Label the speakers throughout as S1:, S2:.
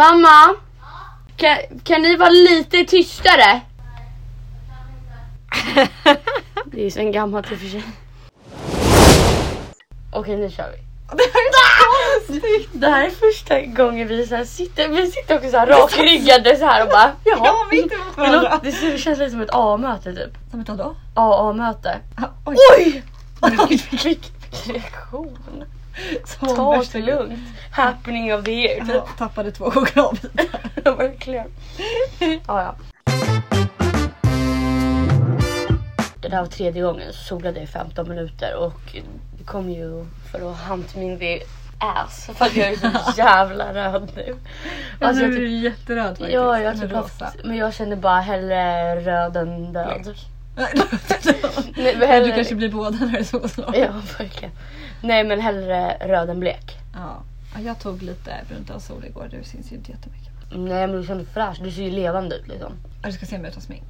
S1: Mamma! Kan, kan ni vara lite tystare? Det är ju sen gammalt i och för sig. Okej nu kör vi.
S2: Ah!
S1: Det här är första gången vi så här sitter, vi sitter också så här rakryggade så här och bara jaha.
S2: Ja, mitt emot
S1: Det,
S2: varandra.
S1: låter, det ser- det känns lite som ett A-möte typ.
S2: Som ett då?
S1: AA-möte.
S2: Ah, Oj!
S1: Oj! Vilken reaktion.
S2: Som
S1: Ta
S2: värsta
S1: det lugnt. Happening of the year typ.
S2: Ja, tappade två chokladbitar.
S1: Ja, verkligen. ja, ja. Det där var tredje gången så solade jag i 15 minuter och det kom ju för att hunt me in the ass för att jag är så jävla röd nu. Alltså, jag
S2: nu
S1: typ,
S2: är du jätteröd faktiskt.
S1: ja, jag
S2: Eller
S1: typ
S2: rosa.
S1: haft, men jag känner bara hellre röd än död. Nej, men
S2: Men
S1: hellre,
S2: du kanske blir båda när det är solslag.
S1: Ja, verkligen. Nej, men hellre röd än blek.
S2: Ja. Ja, Jag tog lite brunt av sol igår, du syns ju inte jättemycket.
S1: Nej, men du känner fräsch. Du ser ju levande ut liksom.
S2: Ja, Du ska se mig utan smink.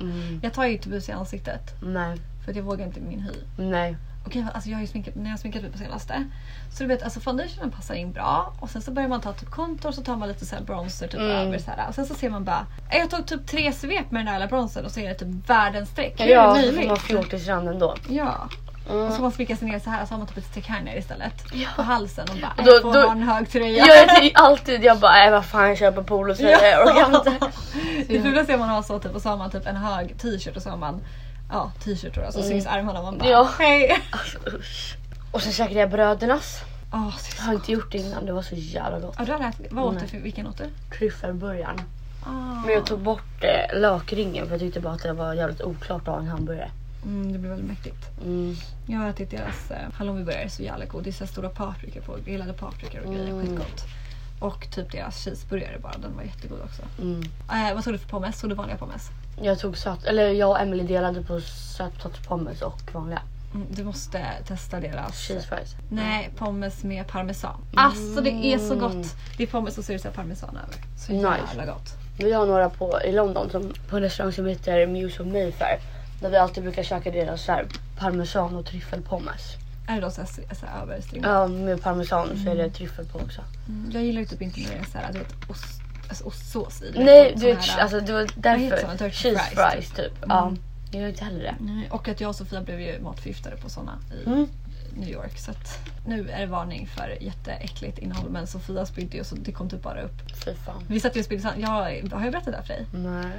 S1: Mm,
S2: Jag tar ju inte bus i ansiktet
S1: nej,
S2: för det vågar inte min hy.
S1: nej.
S2: Okej, alltså jag har ju sminkat, när jag har sminkat mig på senaste. Så du vet, alltså foundationen passar in bra och sen så börjar man ta typ kontor så tar man lite så här bronzer typ
S1: Mm.
S2: över så här. Och sen så ser man bara, "Äh, jag tog typ tre svep med den där jävla bronzern och så är det typ världens streck. Hur
S1: Ja,
S2: är det
S1: man
S2: möjligt?
S1: fjortisrand ändå.
S2: Ja. Och
S1: Mm.
S2: så man sminkar sig ner så här så har man typ ett streck här nere istället. På halsen och bara,
S1: Och då-
S2: då, får
S1: då-
S2: man en hög tröja.
S1: Jag är ty- alltid, jag bara äh, vad fan jag köper polotröja, jag orkar inte.
S2: Det fulaste är om man har så typ och så har man typ en hög t-shirt och så har man ja, t-shirt och så syns armarna och man bara
S1: Mm. Ja.
S2: hej.
S1: Alltså, usch. Och sen käkade jag brödernas.
S2: Oh,
S1: Jag har inte gjort det innan, det var så jävla gott.
S2: ja, du har lärt, vad åt du
S1: Nej.
S2: för, vilken åt du?
S1: Tryffelburgaren.
S2: Ah.
S1: Men jag tog bort eh, lakringen för jag tyckte bara att det var jävligt oklart att ha en hamburgare.
S2: Mm, det blir väldigt mäktigt.
S1: Mm.
S2: Jag har ätit deras eh, hallonburgare, är så jävla god. Det är så här stora paprikor på, grillade paprikor och grejer,
S1: Mm.
S2: skitgott. Och typ deras cheeseburgare bara, den var jättegod också.
S1: Mm.
S2: Eh, vad tog du för pommes? Tog du vanliga pommes?
S1: Jag tog söt, eller jag och Emily delade på sötpotatispommes och vanliga
S2: Mm, du måste testa deras...
S1: cheese Mm. fries.
S2: Nej, pommes med parmesan. Alltså det är så gott! Det är pommes och så är det så här parmesan över. Så
S1: Nice.
S2: jävla gott.
S1: Vi har några på, i London som, på en restaurang som heter Muse of Mayfair. Där vi alltid brukar käka deras så här, parmesan och tryffelpommes.
S2: Är det då så här, så här överstrimmat?
S1: Ja, med parmesan så är det tryffel på också.
S2: Mm. Jag gillar ju typ inte när det är så här, du vet, ost, alltså ostsås i.
S1: Nej,
S2: typ Sån
S1: du vet,
S2: här-
S1: alltså det var
S2: heter det?
S1: därför.
S2: Turkey
S1: Cheese
S2: fries,
S1: fries typ. Ja, jag gör inte heller det.
S2: Nej, Och att jag och Sofia blev ju matförgiftade på sådana i
S1: Mm.
S2: New York. Så att nu är det varning för jätteäckligt innehåll. Men Sofia spydde ju så det kom typ bara upp.
S1: Fy fan.
S2: Vi satt ju och spydde sand. Jag har jag berättat det här för dig?
S1: Nej.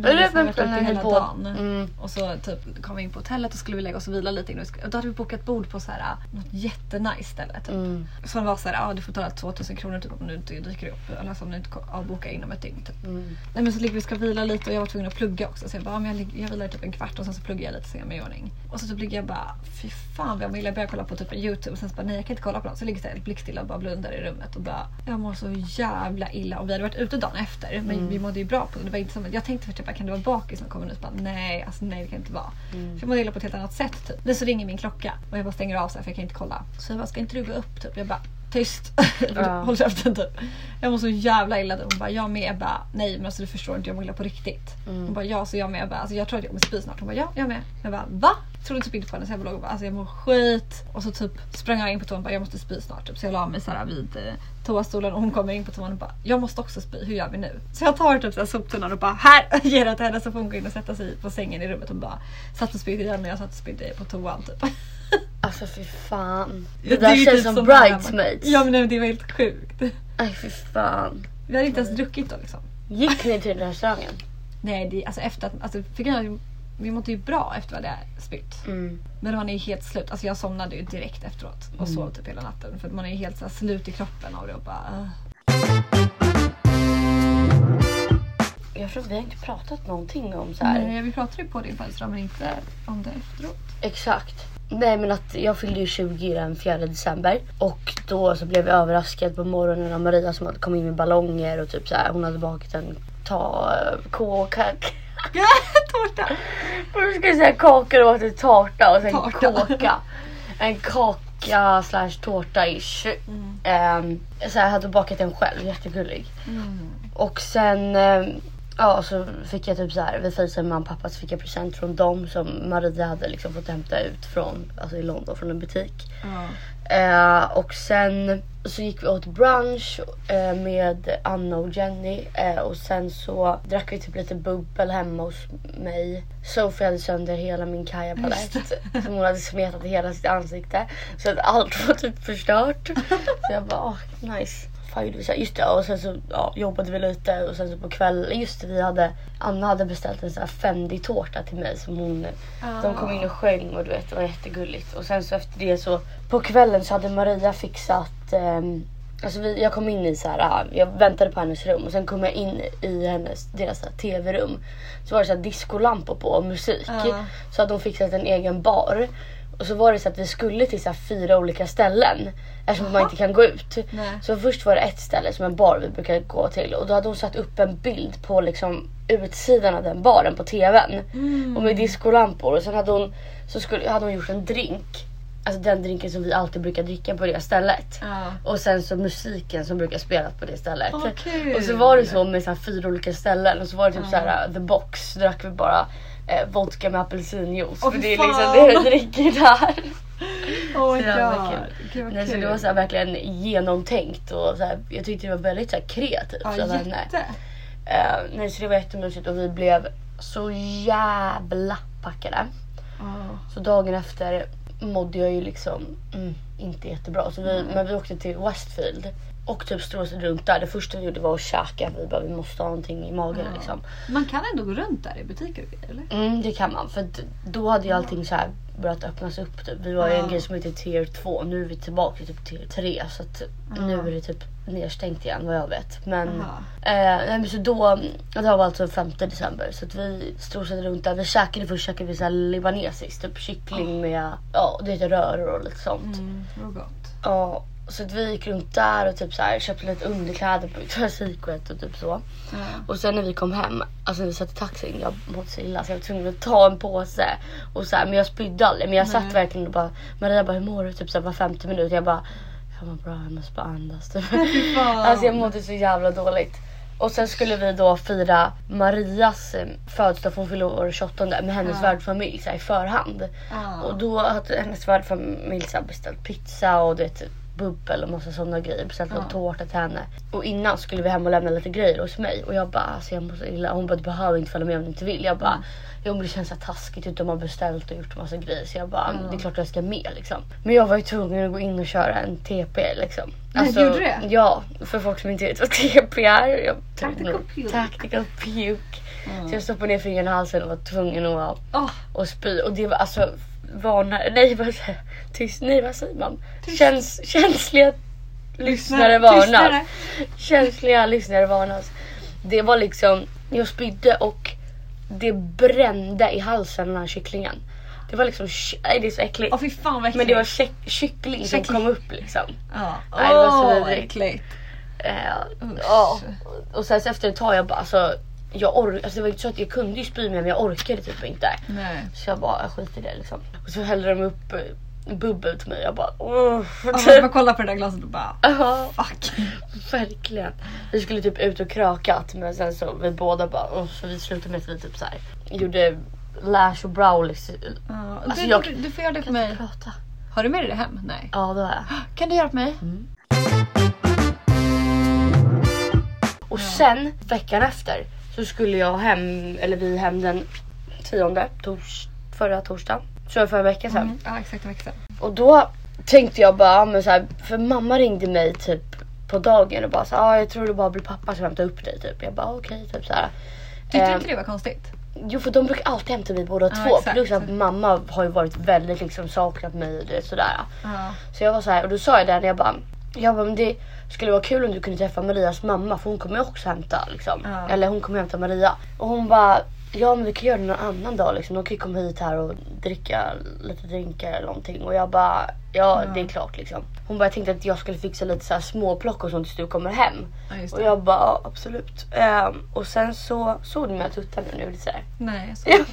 S2: Vi hade
S1: Eller
S2: liksom varit
S1: vänta,
S2: ute
S1: när
S2: hela
S1: ni på.
S2: dagen.
S1: Mm.
S2: Och så typ kom vi in på hotellet och skulle vi lägga oss och vila lite. innan vi skulle- Och då hade vi bokat bord på så här, äh, något jättenice ställe. Typ.
S1: Mm.
S2: Som var så här, ah, du får betala 2000 kronor typ, om du inte dyker upp. Eller alltså, om du inte avbokar inom ett dygn. Typ.
S1: Mm.
S2: Nej men så ligger vi och ska vila lite och jag var tvungen att plugga också. Så jag bara, ja, men jag, ligger- jag vilar typ en kvart och sen så pluggar jag lite så jag mig i ordning. Och så typ ligger jag bara, fy fan vad jag vill. Jag börjar kolla på typ en YouTube och sen så bara, nej jag kan inte kolla på något. Så jag ligger jag helt blickstilla och bara blundar i rummet och bara, jag mår så jävla illa. Och vi hade varit ute dagen efter men vi mådde ju bra på det. det var inte som, att- jag tänkte först typ, bara, kan det vara bakis som kommer nu? Så bara, nej, alltså nej det kan inte vara. För jag mådde illa på ett helt annat sätt typ. Men så ringer min klocka och jag bara stänger av så här för jag kan inte kolla. Så jag bara, ska inte du gå upp typ? Jag bara, tyst.
S1: Ja.
S2: Håll käften typ. Jag mår så jävla illa. Hon bara, jag med. Jag bara, nej men alltså du förstår inte, jag mår illa på riktigt.
S1: Mm.
S2: Hon bara, ja så jag med. Jag bara, alltså, jag tror att jag kommer spy snart. Hon bara, ja jag med. Jag bara, va? Jag trodde typ inte på henne så jag bara, låg och bara, alltså jag mår skit. Och så typ sprang jag in på toan och bara, jag måste spy snart. Typ. Så jag la mig så här vid eh, toastolen och hon kommer in på toan och bara, jag måste också spy, hur gör vi nu? Så jag tar typ så här soptunnan och bara, här! Ger den till henne så får hon gå in och sätta sig på sängen i rummet och bara satt och spydde igen och jag satt och spydde på toan typ.
S1: Alltså fy fan. Det
S2: Ja,
S1: där
S2: är ju
S1: känns
S2: typ
S1: som,
S2: när man-
S1: bridesmaids.
S2: Ja men nej, men det var helt sjukt.
S1: Aj fy fan.
S2: Vi hade inte ens druckit då liksom.
S1: Gick ni till den restaurangen?
S2: Nej, det, alltså efter att, alltså, för grejen är att vi mådde ju bra efter vad det hade spytt.
S1: Mm.
S2: Men man är ju helt slut. Alltså jag somnade ju direkt efteråt och sov typ hela natten. För att man är ju helt så här, slut i kroppen av det och bara... "Ah." "Ugh."
S1: Jag tror vi har inte pratat någonting om så här.
S2: Nej, vi pratade ju på din födelsedag men inte om det efteråt.
S1: Exakt. Nej men att jag fyllde ju 20 den 4 december och då så blev jag överraskad på morgonen av Maria som hade kommit in med ballonger och typ så här, hon hade bakat en ta k kaka.
S2: Tårta!
S1: Först skulle jag säga kakor och åt en tårta och sen
S2: Tårta.
S1: kåka. En kaka slash tårta ish.
S2: Mm. Mm.
S1: Ehm, så jag hade bakat den själv, jättegullig. Och sen ehm, Ja, och så fick jag typ så här, vid fejsen mamma och pappa så fick jag present från dem som Maria hade liksom fått hämta ut från, alltså i London från en butik.
S2: Ja.
S1: Eh, och sen så gick vi åt brunch eh, med Anna och Jenny eh, och sen så drack vi typ lite bubbel hemma hos mig. Sophie hade sönder hela min
S2: Just
S1: kajapalett som hon hade smetat i hela sitt ansikte. Så att allt var typ förstört. Så jag bara, ah, nice. Fan gjorde vi så här? Just det, och sen så ja, jobbade vi lite och sen så på kvällen, just det, vi hade, Anna hade beställt en sån här Fendi-tårta till mig som hon de kom in och sjöng och du vet, det var jättegulligt. Och sen så efter det så på kvällen så hade Maria fixat ehm, Alltså vi, jag kom in i så här, ah, jag väntade på hennes rum och sen kom jag in i hennes, deras så här tv-rum. Så var det så här discolampor på och musik.
S2: Ja.
S1: Så hade de fixat en egen bar. Och så var det så att vi skulle till så här fyra olika ställen eftersom man inte kan gå ut.
S2: Nej.
S1: Så först var det ett ställe som en bar vi brukade gå till och då hade hon satt upp en bild på liksom utsidan av den baren på tvn.
S2: Mm.
S1: Och med discolampor och sen hade hon, så skulle, hade hon gjort en drink. Alltså den drinken som vi alltid brukar dricka på det stället.
S2: Ja.
S1: Och sen så musiken som brukar spelas på det stället.
S2: Åh, kul.
S1: Och så var det så med så här fyra olika ställen och så var det typ så här the box. Då drack vi bara eh, vodka med apelsinjuice.
S2: Åh,
S1: för
S2: fy
S1: det är liksom
S2: fan.
S1: det vi dricker där.
S2: Oh my
S1: Så jävla
S2: god.
S1: kul.
S2: Gud vad
S1: Nej, så
S2: kul.
S1: det var så här verkligen genomtänkt och så här, jag tyckte det var väldigt så här kreativt.
S2: ja,
S1: så här,
S2: jätte.
S1: nej. Eh, nej, så det var jättemysigt och vi blev så jävla packade.
S2: Ja.
S1: Så dagen efter mådde jag ju liksom mm, inte jättebra. Så
S2: Mm.
S1: vi, Men vi åkte till Westfield och typ ströade oss runt där. Det första vi gjorde var att käka. Vi bara, vi måste ha någonting i magen
S2: Ja.
S1: liksom.
S2: Man kan ändå gå runt där i butiker och grejer, eller?
S1: Mm, det kan man. För d- då hade ju allting så här börjat öppnas upp. Typ. Vi var ju i en
S2: Ja.
S1: grej som heter tier 2. Nu är vi tillbaka i typ tier 3. Så att nu är det typ nedstängt igen vad jag vet. Men,
S2: Jaha.
S1: eh, nej, men så då, det här var alltså 5 december. Så att vi strosade runt där. Vi käkade först käkade vi så här libanesiskt. Typ kyckling med ja, det heter röror och lite sånt.
S2: Mm, det var gott.
S1: Ja, så att vi gick runt där och typ så här, köpte lite underkläder på psyket och typ så.
S2: Ja.
S1: Och sen när vi kom hem, alltså när vi satt i taxin, jag mådde så illa så jag var tvungen att ta en påse. Och så här, men jag spydde aldrig. Men jag satt verkligen och bara, Maria bara hur mår du? Typ så här, var 50 minuter. Jag bara, jag mår bra, jag måste bara andas. Typ.
S2: fan.
S1: alltså jag mådde så jävla dåligt. Och sen skulle vi då fira Marias eh, födelsedag, för hon fyller år 28 med hennes
S2: Ja.
S1: värdfamilj så här, i förhand.
S2: Ja.
S1: Och då hade hennes värdfamilj så här beställt pizza och du vet bubbel och massa sådana grejer. Beställt någon
S2: Ja.
S1: tårta till henne. Och innan skulle vi hem och lämna lite grejer hos mig och jag bara alltså jag mår så illa. Hon bara du behöver inte följa med om du inte vill. Jag
S2: Mm.
S1: bara jo men det känns så här taskigt ut. De har beställt och gjort massa grejer så jag bara det är klart jag ska med liksom. Men jag var ju tvungen att gå in och köra en TP liksom.
S2: Nej, gjorde du det?
S1: Ja, för folk som inte vet vad TP är. Jag,
S2: Tactical puke. Mm.
S1: Tactical puke. Så jag stoppade ner fingret i halsen och var tvungen att vara
S2: Åh,
S1: och spy och det var alltså varna, nej vad säger jag? tyst, nej vad säger man? Käns, känsliga lyssnare varnas.
S2: tystare.
S1: Känsliga lyssnare varnas. Det var liksom, jag spydde och det brände i halsen den här kycklingen. Det var liksom, ky- nej det är så äckligt.
S2: Åh fy fan vad äckligt.
S1: Men det var kyck- kyckling som
S2: Kyckling.
S1: kom upp liksom.
S2: Ja.
S1: Nej, det var så
S2: Åh, vad
S1: vidrigt.
S2: äckligt.
S1: Eh,
S2: Usch.
S1: ja. Och sen så efter ett tag jag bara alltså, jag or- alltså det var inte så att jag kunde ju spy mer men jag orkade typ inte.
S2: Nej.
S1: Så jag bara, jag skiter i det liksom. Och så hällde de upp eh, bubbel till mig. Jag bara, åh.
S2: Och så bara kolla på det där glaset och bara
S1: Ja,
S2: fuck.
S1: verkligen. Vi skulle typ ut och krökat men sen så vi båda bara, åh, så vi slutade med att vi typ så här gjorde lash och brow liksom.
S2: Ja,
S1: Alltså,
S2: du,
S1: jag-
S2: du, du får göra det för mig.
S1: Prata.
S2: Har du med dig det hem? Nej. Mm.
S1: Ja, det var jag.
S2: Kan du göra det för mig?
S1: Och sen veckan efter så skulle jag hem, eller vi hem den tionde, tors, förra torsdagen. Så förra veckan sen.
S2: Ja exakt en vecka sedan.
S1: Och då tänkte jag bara, ja, men så här, för mamma ringde mig typ på dagen och bara så ah, jag tror det bara blir pappa som hämtar upp dig typ. Jag bara okej typ så här.
S2: Tyckte du
S1: Ehm,
S2: inte det var konstigt?
S1: Jo för de brukar alltid hämta mig båda
S2: Ja,
S1: två.
S2: exakt.
S1: Plus att mamma har ju varit väldigt liksom saknat mig och det, sådär.
S2: Ja.
S1: Så jag var så här och då sa jag det när jag bara, jag bara men det skulle vara kul om du kunde träffa Marias mamma för hon kommer ju också hämta liksom.
S2: Ja.
S1: Eller hon kommer hämta Maria. Och hon bara, ja men vi kan göra det någon annan dag liksom. De kan ju komma hit här och dricka lite drinkar eller någonting. Och jag bara, ja det är klart liksom. Hon bara, jag tänkte att jag skulle fixa lite så här småplock och sånt tills du kommer hem.
S2: Ja, just
S1: och
S2: det.
S1: jag bara, ja, absolut. Ehm, och sen så såg du mina tuttar nu när jag ville säga det?
S2: Nej, jag såg inte.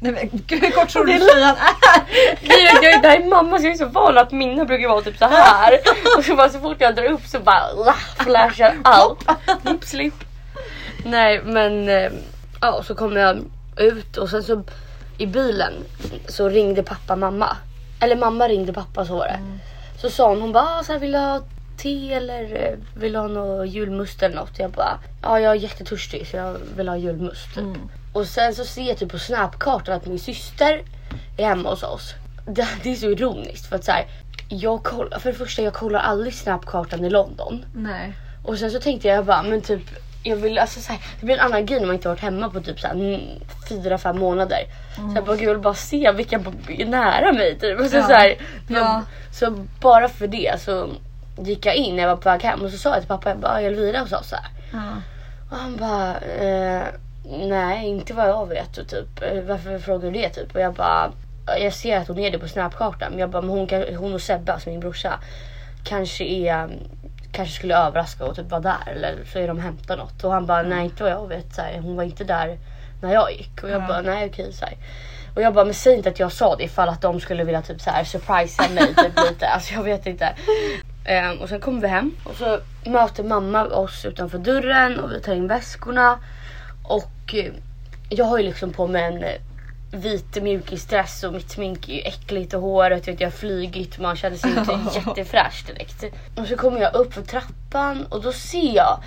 S2: Nej men gud hur kort tror du
S1: Det
S2: tjejen är?
S1: Grejen är att jag är där i mamma så jag är så van att mina brukar vara typ så här. ah, Och så, bara, så fort jag drar upp så bara la, flashar allt. Blipp slipp. Nej men eh, ja så kom jag ut och sen så i bilen så ringde pappa mamma. Eller mamma ringde pappa så var det. Så sa hon, hon bara ah, så här, vill du ha te eller eh, vill du ha någon julmust eller något? Jag bara ja jag är jättetörstig så jag vill ha julmust. Typ. Och sen så ser jag typ på snapkartan att min syster är hemma hos oss. Det, det är så ironiskt för att så här, jag kollar, för det första jag kollar aldrig snapkartan i London.
S2: Nej.
S1: Och sen så tänkte jag bara, men typ jag vill, alltså så här, det blir en annan grej när man inte varit hemma på typ så här, mm, fyra, fem månader. Så jag bara, gud, jag vill bara se vilka på, är nära mig typ. Och så,
S2: Mm. Ja.
S1: så, här,
S2: Ja.
S1: så bara för det så gick jag in när jag var på väg hem och så sa jag till pappa, jag bara, "Ah, Elvira och så, så här.
S2: Ja.
S1: Och han bara, eh, nej inte vad jag vet och typ, eh, varför frågar du det typ? Och jag bara, jag ser att hon är det på snapkartan. Men jag bara, men hon, kan, hon och Sebbe, alltså min brorsa, kanske är kanske skulle överraska och typ vara där eller så är de och hämtar något. Och han bara, nej inte vad jag vet, så här, hon var inte där när jag gick. Och jag
S2: Ja.
S1: bara, nej okej. Så här. Och jag bara, men säg inte att jag sa det ifall att de skulle vilja typ så här surprisa mig typ lite. Alltså jag vet inte. Ehm, och sen kommer vi hem och så möter mamma oss utanför dörren och vi tar in väskorna. Och eh, jag har ju liksom på mig en eh, vit mjukisdress och mitt smink är ju äckligt och håret, vet, jag har flygit. Man känner sig inte jättefräsch direkt. Och så kommer jag upp för trappan och då ser jag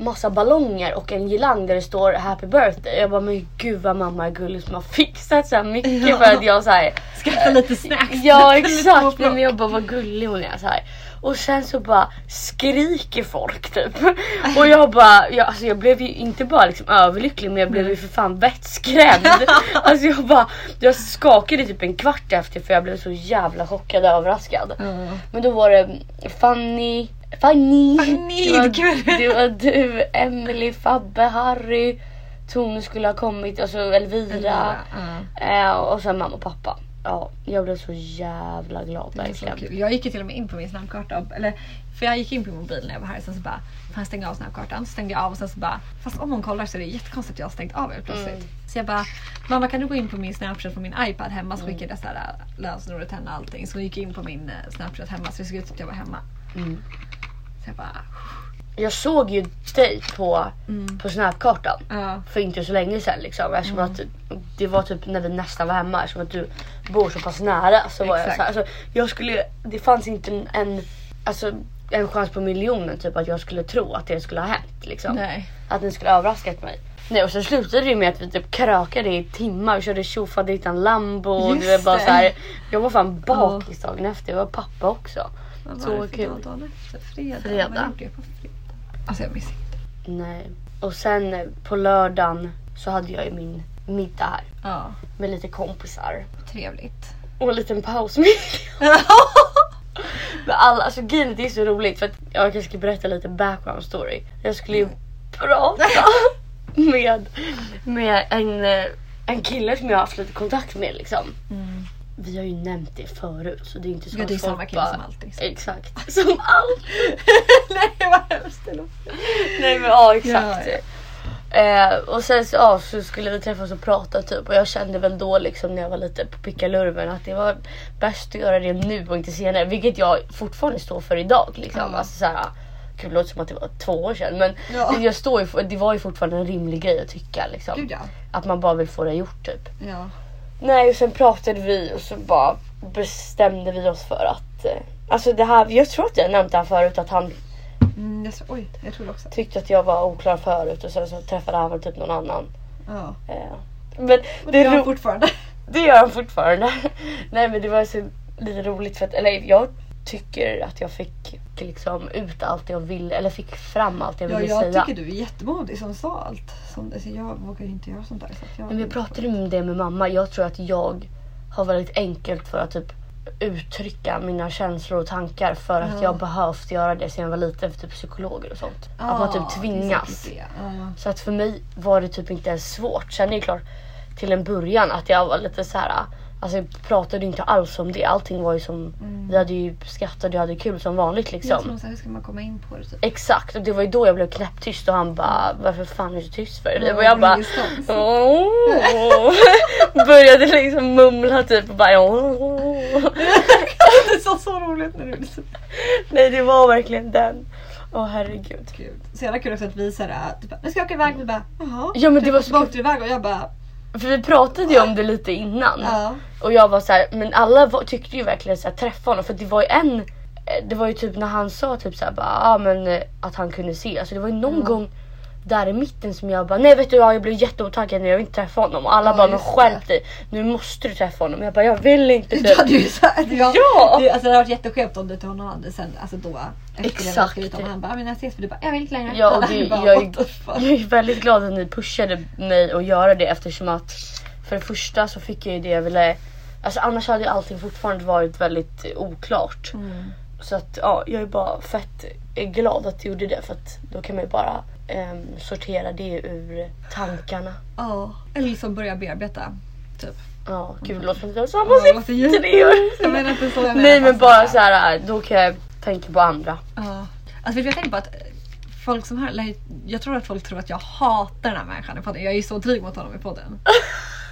S1: massa ballonger och en girlang där det står happy birthday. Jag bara men gud vad mamma är gullig som har fixat så här mycket
S2: Ja.
S1: för att jag så här
S2: Skaffa lite snacks.
S1: Ja
S2: Lite
S1: exakt, Nej,
S2: småplock.
S1: men jag bara vad gullig hon är så här. Och sen så bara skriker folk typ. Och jag bara, jag, alltså jag blev ju inte bara liksom överlycklig men jag blev ju
S2: Mm.
S1: för fan vettskrämd. Alltså jag bara, jag skakade typ en kvart efter för jag blev så jävla chockad och överraskad.
S2: Ja.
S1: Men då var det Fanny, Fanny,
S2: Fanny,
S1: det, var,
S2: kul.
S1: det var du, Emily, Fabbe, Harry, Tone skulle ha kommit, alltså Elvira.
S2: Ja.
S1: Eh, och sen mamma och pappa. Ja, jag blev så jävla glad
S2: Det är så
S1: verkligen.
S2: kul. Jag gick ju till och med in på min snabbkarta. och- Eller, för jag gick in på min mobil när jag var här sen så bara, fan stäng av snabbkartan. Så stängde jag av och sen så bara, fast om hon kollar så är det jättekonstigt att jag har stängt av helt plötsligt.
S1: Mm.
S2: Så jag bara, mamma kan du gå in på min snapchat på min iPad hemma? Så skickade
S1: Mm.
S2: jag så här, äh, lösenordet till henne och allting. Så hon gick in på min eh, snapchat hemma så det såg ut som att jag var hemma.
S1: Mm.
S2: Så jag bara,
S1: Jag såg ju dig på,
S2: Mm.
S1: på snapkartan
S2: ja.
S1: för inte så länge sedan liksom. Eftersom att det var typ när vi nästan var hemma. Eftersom att du bor så pass nära så var jag
S2: Exakt.
S1: så här, alltså, jag skulle, Det fanns inte en, en, alltså, en chans på miljonen typ att jag skulle tro att det skulle ha hänt. Liksom.
S2: Nej.
S1: Att ni skulle ha överraskat mig. Nej och sen slutade det ju med att vi typ krökade i timmar och körde tjofaderittan Lambo. Och
S2: Just
S1: det var bara
S2: det.
S1: så här, jag var fan bakis dagen efter, jag var pappa också.
S2: Vad var
S1: Så
S2: det för
S1: kul.
S2: dag dagen efter? Fredag.
S1: Fredag.
S2: Vad gjorde jag på fredag? Alltså jag minns inte.
S1: Nej. Och sen eh, på lördagen så hade jag ju min middag här
S2: Ja,
S1: med lite kompisar.
S2: trevligt.
S1: Och en liten pausmiddag. Med alla, alltså grejen är att det är så roligt för att jag kanske ska berätta lite background story. Jag skulle ju prata med, med en, eh, en kille som jag har haft lite kontakt med liksom.
S2: Mm.
S1: Vi har ju nämnt det förut så det är inte så
S2: Ja, det är
S1: att folk
S2: samma kille
S1: bara-
S2: som alltid.
S1: Exakt, som allt.
S2: Nej vad hemskt det låter.
S1: Nej men ja exakt.
S2: Ja,
S1: Eh, och sen så, ja, så skulle vi träffas och prata typ och jag kände väl då liksom när jag var lite på pickalurven att det var bäst att göra det nu och inte senare. Vilket jag fortfarande står för idag liksom.
S2: Ja.
S1: Alltså, såhär, Gud det låter som att det var två år sedan men
S2: Ja.
S1: jag står ju för, det var ju fortfarande en rimlig grej att tycka liksom.
S2: Gud ja.
S1: Att man bara vill få det gjort typ.
S2: ja.
S1: Nej och sen pratade vi och så bara bestämde vi oss för att eh, Alltså det här, jag tror att jag nämnde det här förut att han
S2: Mm, jag, tror- oj, jag tror det också.
S1: tyckte att jag var oklar förut och sen så träffade han väl typ någon annan.
S2: Ja.
S1: Eh, Men
S2: Och
S1: det,
S2: det
S1: är
S2: har
S1: ro-
S2: fortfarande.
S1: det gör han fortfarande. Nej men det var så lite roligt för att, eller jag tycker att jag fick liksom ut allt jag ville, eller fick fram allt jag
S2: Ja,
S1: ville
S2: jag
S1: säga.
S2: tycker du är jättemodig som sa allt. Som, alltså, jag vågar ju inte göra sånt där. Så att jag,
S1: Nej, men jag pratade om det med mamma, jag tror att jag har väldigt enkelt för att typ uttrycka mina känslor och tankar för att
S2: Ja.
S1: jag behövt göra det sedan jag var liten för typ psykologer och sånt. att man typ tvingas.
S2: Det. är säkert det. Ja.
S1: Så att för mig var det typ inte ens svårt. Sen är det klart till en början att jag var lite så här. Alltså jag pratade inte alls om det. Allting var ju som, vi hade ju skrattat och jag hade kul som vanligt
S2: Mm. Jag
S1: liksom.
S2: tror så här, hur ska man komma in på det? Typ?
S1: Exakt och det var ju då jag blev knäpptyst och han bara varför fan är du så tyst för?
S2: Ja,
S1: och jag
S2: det
S1: bara
S2: är distans.
S1: åh. Började liksom mumla typ och bara åh.
S2: det är så, så roligt när du är så-
S1: Nej det var verkligen den. Åh herregud.
S2: Gud. Så jävla kul också att vi såhär, du bara, nu ska jag åka iväg. Vi bara, jaha.
S1: Ja, men det var
S2: så
S1: så
S2: bara
S1: kul. Mm.
S2: åkte du iväg och jag bara,
S1: För vi pratade ju om det lite innan.
S2: ja.
S1: Och jag var så här, men alla var, tyckte ju verkligen så här, träffa honom för det var ju en eh, det var ju typ när han sa typ såhär bara, ah, men eh, att han kunde se. Alltså det var ju någon gång där i mitten som jag bara, nej vet du ja, jag blev jätteotaggad när jag vill inte träffa honom. Och alla
S2: Ja,
S1: bara, men
S2: just
S1: skärp dig. Nu måste du träffa honom. Jag bara, jag vill inte
S2: Du hade
S1: typ.
S2: ju såhär, jag,
S1: Ja!
S2: du, alltså det hade varit jätteskevt om du till honom hade sen, alltså då. Efter det hade
S1: Exakt.
S2: skrivit om han bara, men jag ses för du bara, jag vill inte längre.
S1: Ja, och det,
S2: bara,
S1: jag,
S2: what the fuck.
S1: är, jag är väldigt glad att ni pushade mig att göra det eftersom att för det första så fick jag ju det jag ville. Alltså annars hade ju allting fortfarande varit väldigt eh, oklart.
S2: Mm.
S1: Så att ja, jag är bara fett glad att du gjorde det för att då kan man ju bara ehm, sortera det ur tankarna.
S2: Ja, eller liksom börja bearbeta. Typ.
S1: Ja, gud det låter som att jag var tillsammans
S2: Ja, det
S1: i
S2: låter
S1: tre
S2: Jag
S1: år.
S2: menar inte så jag menar,
S1: Nej men
S2: fast
S1: bara så här, då kan jag tänka på andra.
S2: Ja. Alltså vet du, jag tänker på att eh, folk som hör, lär- jag tror att folk tror att jag hatar den här människan i podden. Jag är ju så dryg mot honom i podden.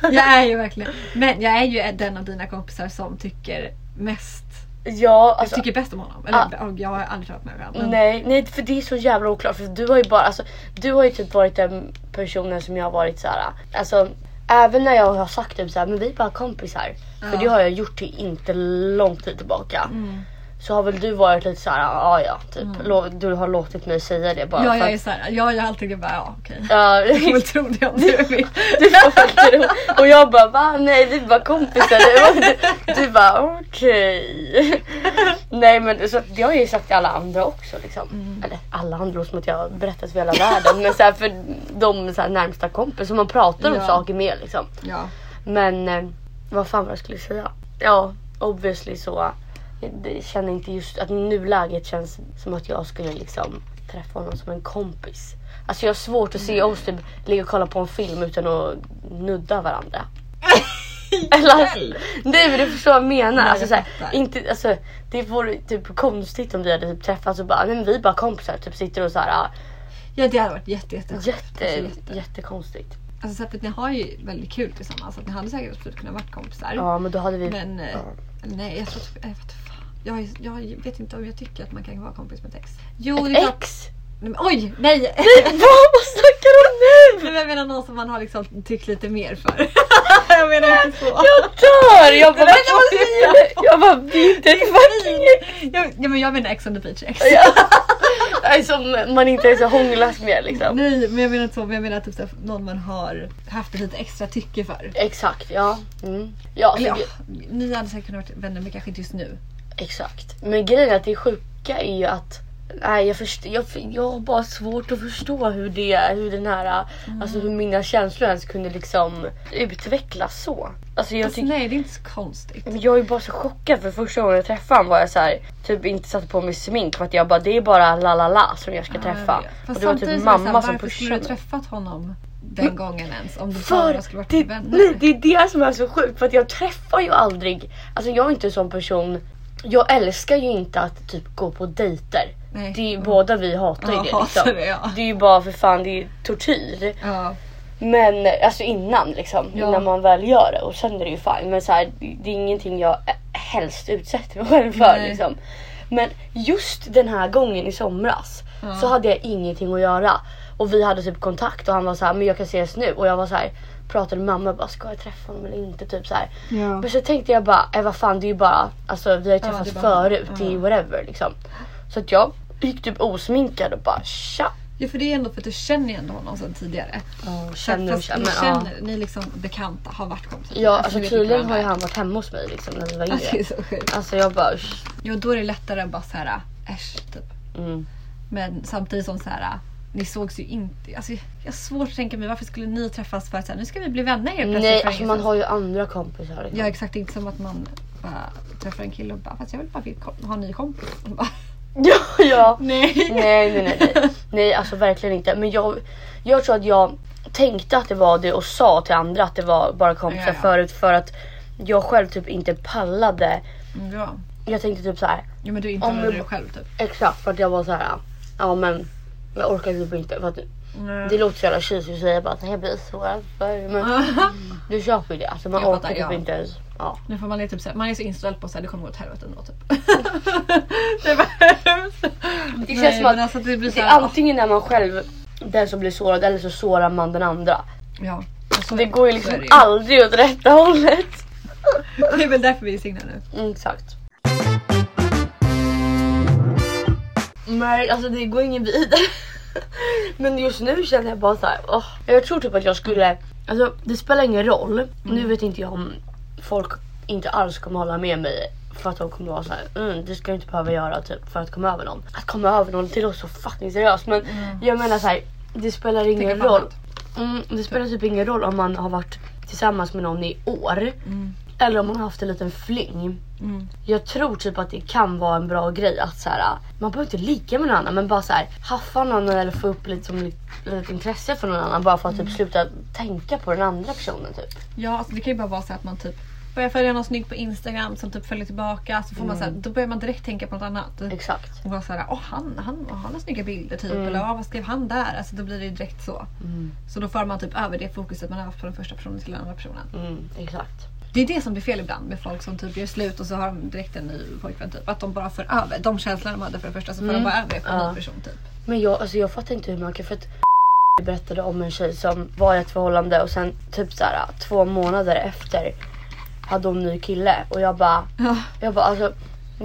S2: Jag är ju verkligen. Men jag är ju den av dina kompisar som tycker mest,
S1: Ja, alltså,
S2: tycker bäst om honom. Eller
S1: Ah.
S2: ja, jag har aldrig träffat människan. Men,
S1: nej, nej för det är så jävla oklart för du har ju bara, alltså, du har ju typ varit den personen som jag har varit så här, alltså Även när jag har sagt typ såhär, men vi är bara kompisar.
S2: Ja. Mm.
S1: För det har jag gjort till inte lång tid tillbaka. så har väl du varit lite såhär, ja ja typ. Lå- Du har låtit mig säga det bara
S2: Ja,
S1: för
S2: jag är såhär, jag gör alltid typ bara ja okej.
S1: att...
S2: Jag får
S1: Ja,
S2: väl tro det om du vill.
S1: du var faktiskt ro- Och jag bara, va nej vi är bara kompisar. Du, du, du bara okej. Nej men så, att det har jag ju sagt till alla andra också liksom. Eller alla andra låter som att jag har berättat för hela världen. Men såhär för de så här, närmsta kompis som man pratar om
S2: Ja.
S1: saker med liksom.
S2: Ja.
S1: Men eh, vad fan vad jag skulle säga. Ja, obviously så. Jag det känner inte just att nuläget känns som att jag skulle liksom träffa honom som en kompis. Alltså jag har svårt att se oss typ ligga och kolla på en film utan att nudda varandra. Eller, alltså, nej men du förstår vad jag menar.
S2: jag
S1: alltså, så här,
S2: fattar.
S1: inte, alltså, det vore typ konstigt om vi hade typ träffats och bara, nej men vi är bara kompisar. Typ sitter och så här, ah,
S2: ja, det hade varit jätte, jätte,
S1: jätte,
S2: alltså, jätte.
S1: jättekonstigt.
S2: Alltså, så att ni har ju väldigt kul tillsammans. Så att ni hade säkert absolut kunnat vara kompisar.
S1: Ja men då hade vi
S2: Men eh,
S1: Ja.
S2: nej, jag tror att, jag vet, fan. Jag, är- jag vet inte om jag tycker att man kan vara kompis med ett ex. Jo, det är klart.
S1: ex.
S2: Nej, men, oj, nej!
S1: Nej vad, vad snackar du om nu?
S2: Men jag menar någon som man har liksom tyckt lite mer för. jag menar inte så.
S1: Jag dör! Jag bara,
S2: Det där
S1: vad
S2: kan man
S1: säger
S2: säga.
S1: du? Jag bara, det är inte ett fucking ex.
S2: Jag, ja, men jag menar Ex on the beach ex.
S1: Nej, Som man inte ens har hånglat med liksom.
S2: Nej, men jag menar inte så. Men jag menar typ såhär, någon man har haft ett lite extra tycke för.
S1: Exakt, ja. Mm. Ja, alltså,
S2: Eller, ja,
S1: det-
S2: ni hade säkert kunnat vara vänner men kanske inte just nu.
S1: exakt. Men grejen är att det sjuka är ju att Nej, jag, först, jag, jag har bara svårt att förstå hur det, hur den här, alltså hur mina känslor ens kunde liksom utvecklas så. Alltså jag
S2: Fast
S1: tycker
S2: nej, det är inte så konstigt.
S1: Men Jag är bara så chockad för första gången jag träffade honom var jag så här, typ inte satte på mig smink för att jag bara det är bara la la la som jag ska träffa.
S2: Fast
S1: Och det var
S2: samtidigt
S1: typ
S2: så är det så här,
S1: mamma som
S2: Varför skulle
S1: pushade
S2: du
S1: mig.
S2: träffat honom den gången ens? Om du bara
S1: För typ
S2: skulle varit
S1: det,
S2: vänner?
S1: nej, det är det som är så sjukt för att jag träffar ju aldrig, alltså jag är inte en sån person, jag älskar ju inte att typ gå på dejter.
S2: Nej.
S1: Det är ju,
S2: Mm.
S1: Båda vi hatar ju
S2: Ja,
S1: det
S2: hatar
S1: liksom.
S2: det, ja.
S1: Det är ju bara för fan det är tortyr.
S2: Ja.
S1: Men alltså innan liksom,
S2: Ja.
S1: innan man väl gör det och sen är det ju fine. Men så här, det är ingenting jag eh, helst utsätter mig själv för
S2: Nej.
S1: liksom. Men just den här gången i somras
S2: Ja.
S1: så hade jag ingenting att göra och vi hade typ kontakt och han var så här, men jag kan ses nu och jag var så här pratade med mamma bara ska jag träffa honom eller inte typ så här.
S2: Ja.
S1: Men så tänkte jag bara, eh, vad fan det är ju bara, alltså vi har ju
S2: Ja,
S1: träffats
S2: det är bara-
S1: förut, det är ju
S2: ja.
S1: whatever liksom. Så att jag gick typ osminkad och bara tja.
S2: ja, för det är ändå för att du känner ju ändå honom sedan tidigare.
S1: Känner och
S2: Fast
S1: känner.
S2: ni,
S1: ja.
S2: känner ni är liksom bekanta, har varit kompisar.
S1: Ja, alltså
S2: ni vet inte
S1: tydligen har
S2: varandra.
S1: ju han varit hemma hos mig liksom när vi var
S2: Alltså, det är
S1: yngre.
S2: så sjukt.
S1: Alltså jag bara usch.
S2: Ja, då är det lättare att bara så här, äsch typ.
S1: Mm.
S2: Men samtidigt som så här, ni sågs ju inte. Alltså, jag har svårt att tänka mig varför skulle ni träffas för att så här, nu ska vi bli vänner helt plötsligt.
S1: Nej,
S2: för
S1: alltså man
S2: ingenstans?
S1: har ju andra kompisar. Liksom.
S2: Ja exakt, det är inte som att man bara träffar en kille och bara fast jag vill bara bli kom- ha en ny kompis. Och bara,
S1: Ja, ja.
S2: Nej.
S1: Nej, nej, nej, nej. Nej, alltså verkligen inte. Men jag, jag tror att jag tänkte att det var det och sa till andra att det var bara kompisar
S2: Ja, ja.
S1: förut för att jag själv typ inte pallade.
S2: Mm, Ja.
S1: Jag tänkte typ så här.
S2: Jo men du inte
S1: Om
S2: håller
S1: vi-
S2: dig själv typ.
S1: exakt för att jag var så här. ja men jag orkar typ inte för att det låter så jävla cheesy att säga bara att nej, jag blir sårad. för- Men, Du köper ju det. Alltså man
S2: Jag
S1: orkar
S2: fattar,
S1: typ
S2: ja.
S1: inte ens. Ja.
S2: Nu får man är typ såhär, man är så inställd på att det kommer gå åt helvete ändå typ. det är bara hemskt.
S1: Det
S2: Nej,
S1: känns som
S2: men
S1: att
S2: alltså, det blir
S1: det
S2: såhär,
S1: är antingen är man själv den som blir sårad eller så sårar man den andra.
S2: "Ah, Ja. Så
S1: Det går ju liksom
S2: så är det
S1: aldrig åt rätta hållet.
S2: Det är väl därför vi är singlar nu.
S1: Mm, exakt. Men alltså det går ingen vidare. Men just nu känner jag bara såhär, åh. jag tror typ att jag skulle, alltså det spelar ingen roll. Nu vet inte jag om folk inte alls kommer hålla med mig för att de kommer vara såhär, mm, det ska du inte behöva göra typ för att komma över någon. Att komma över någon det låter så fucking seriöst men jag menar såhär, det spelar ingen
S2: på
S1: roll.
S2: annat.
S1: Mm, det spelar typ ingen roll om man har varit tillsammans med någon i år
S2: Mm.
S1: eller om man har haft en liten fling.
S2: Mm.
S1: Jag tror typ att det kan vara en bra grej att så här, man behöver inte ligga med någon annan men bara så här, haffa någon annan eller få upp lite, som, lite, lite intresse för någon annan bara för att typ sluta tänka på den andra personen typ.
S2: Ja, alltså, det kan ju bara vara så att man typ börjar följa någon snygg på Instagram som typ följer tillbaka. Så får man så
S1: Mm.
S2: här, då börjar man direkt tänka på något annat.
S1: Exakt.
S2: Och bara såhär, åh han, han, han har snygga bilder typ. Eller åh, vad skrev han där? Alltså då blir det ju direkt så. Så då för man typ över det fokuset man har haft på den första personen till den andra personen.
S1: Mm, exakt.
S2: Det är det som blir fel ibland med folk som typ gör slut och så har de direkt en ny pojkvän typ. Att de bara för över de känslorna de hade för det första så för de bara över det på en
S1: Ja.
S2: ny person typ.
S1: Men jag, alltså, jag fattar inte hur man kan för att berättade om en tjej som var i ett förhållande och sen typ så här, två månader efter hade hon en ny kille och jag bara
S2: Ja.
S1: jag bara alltså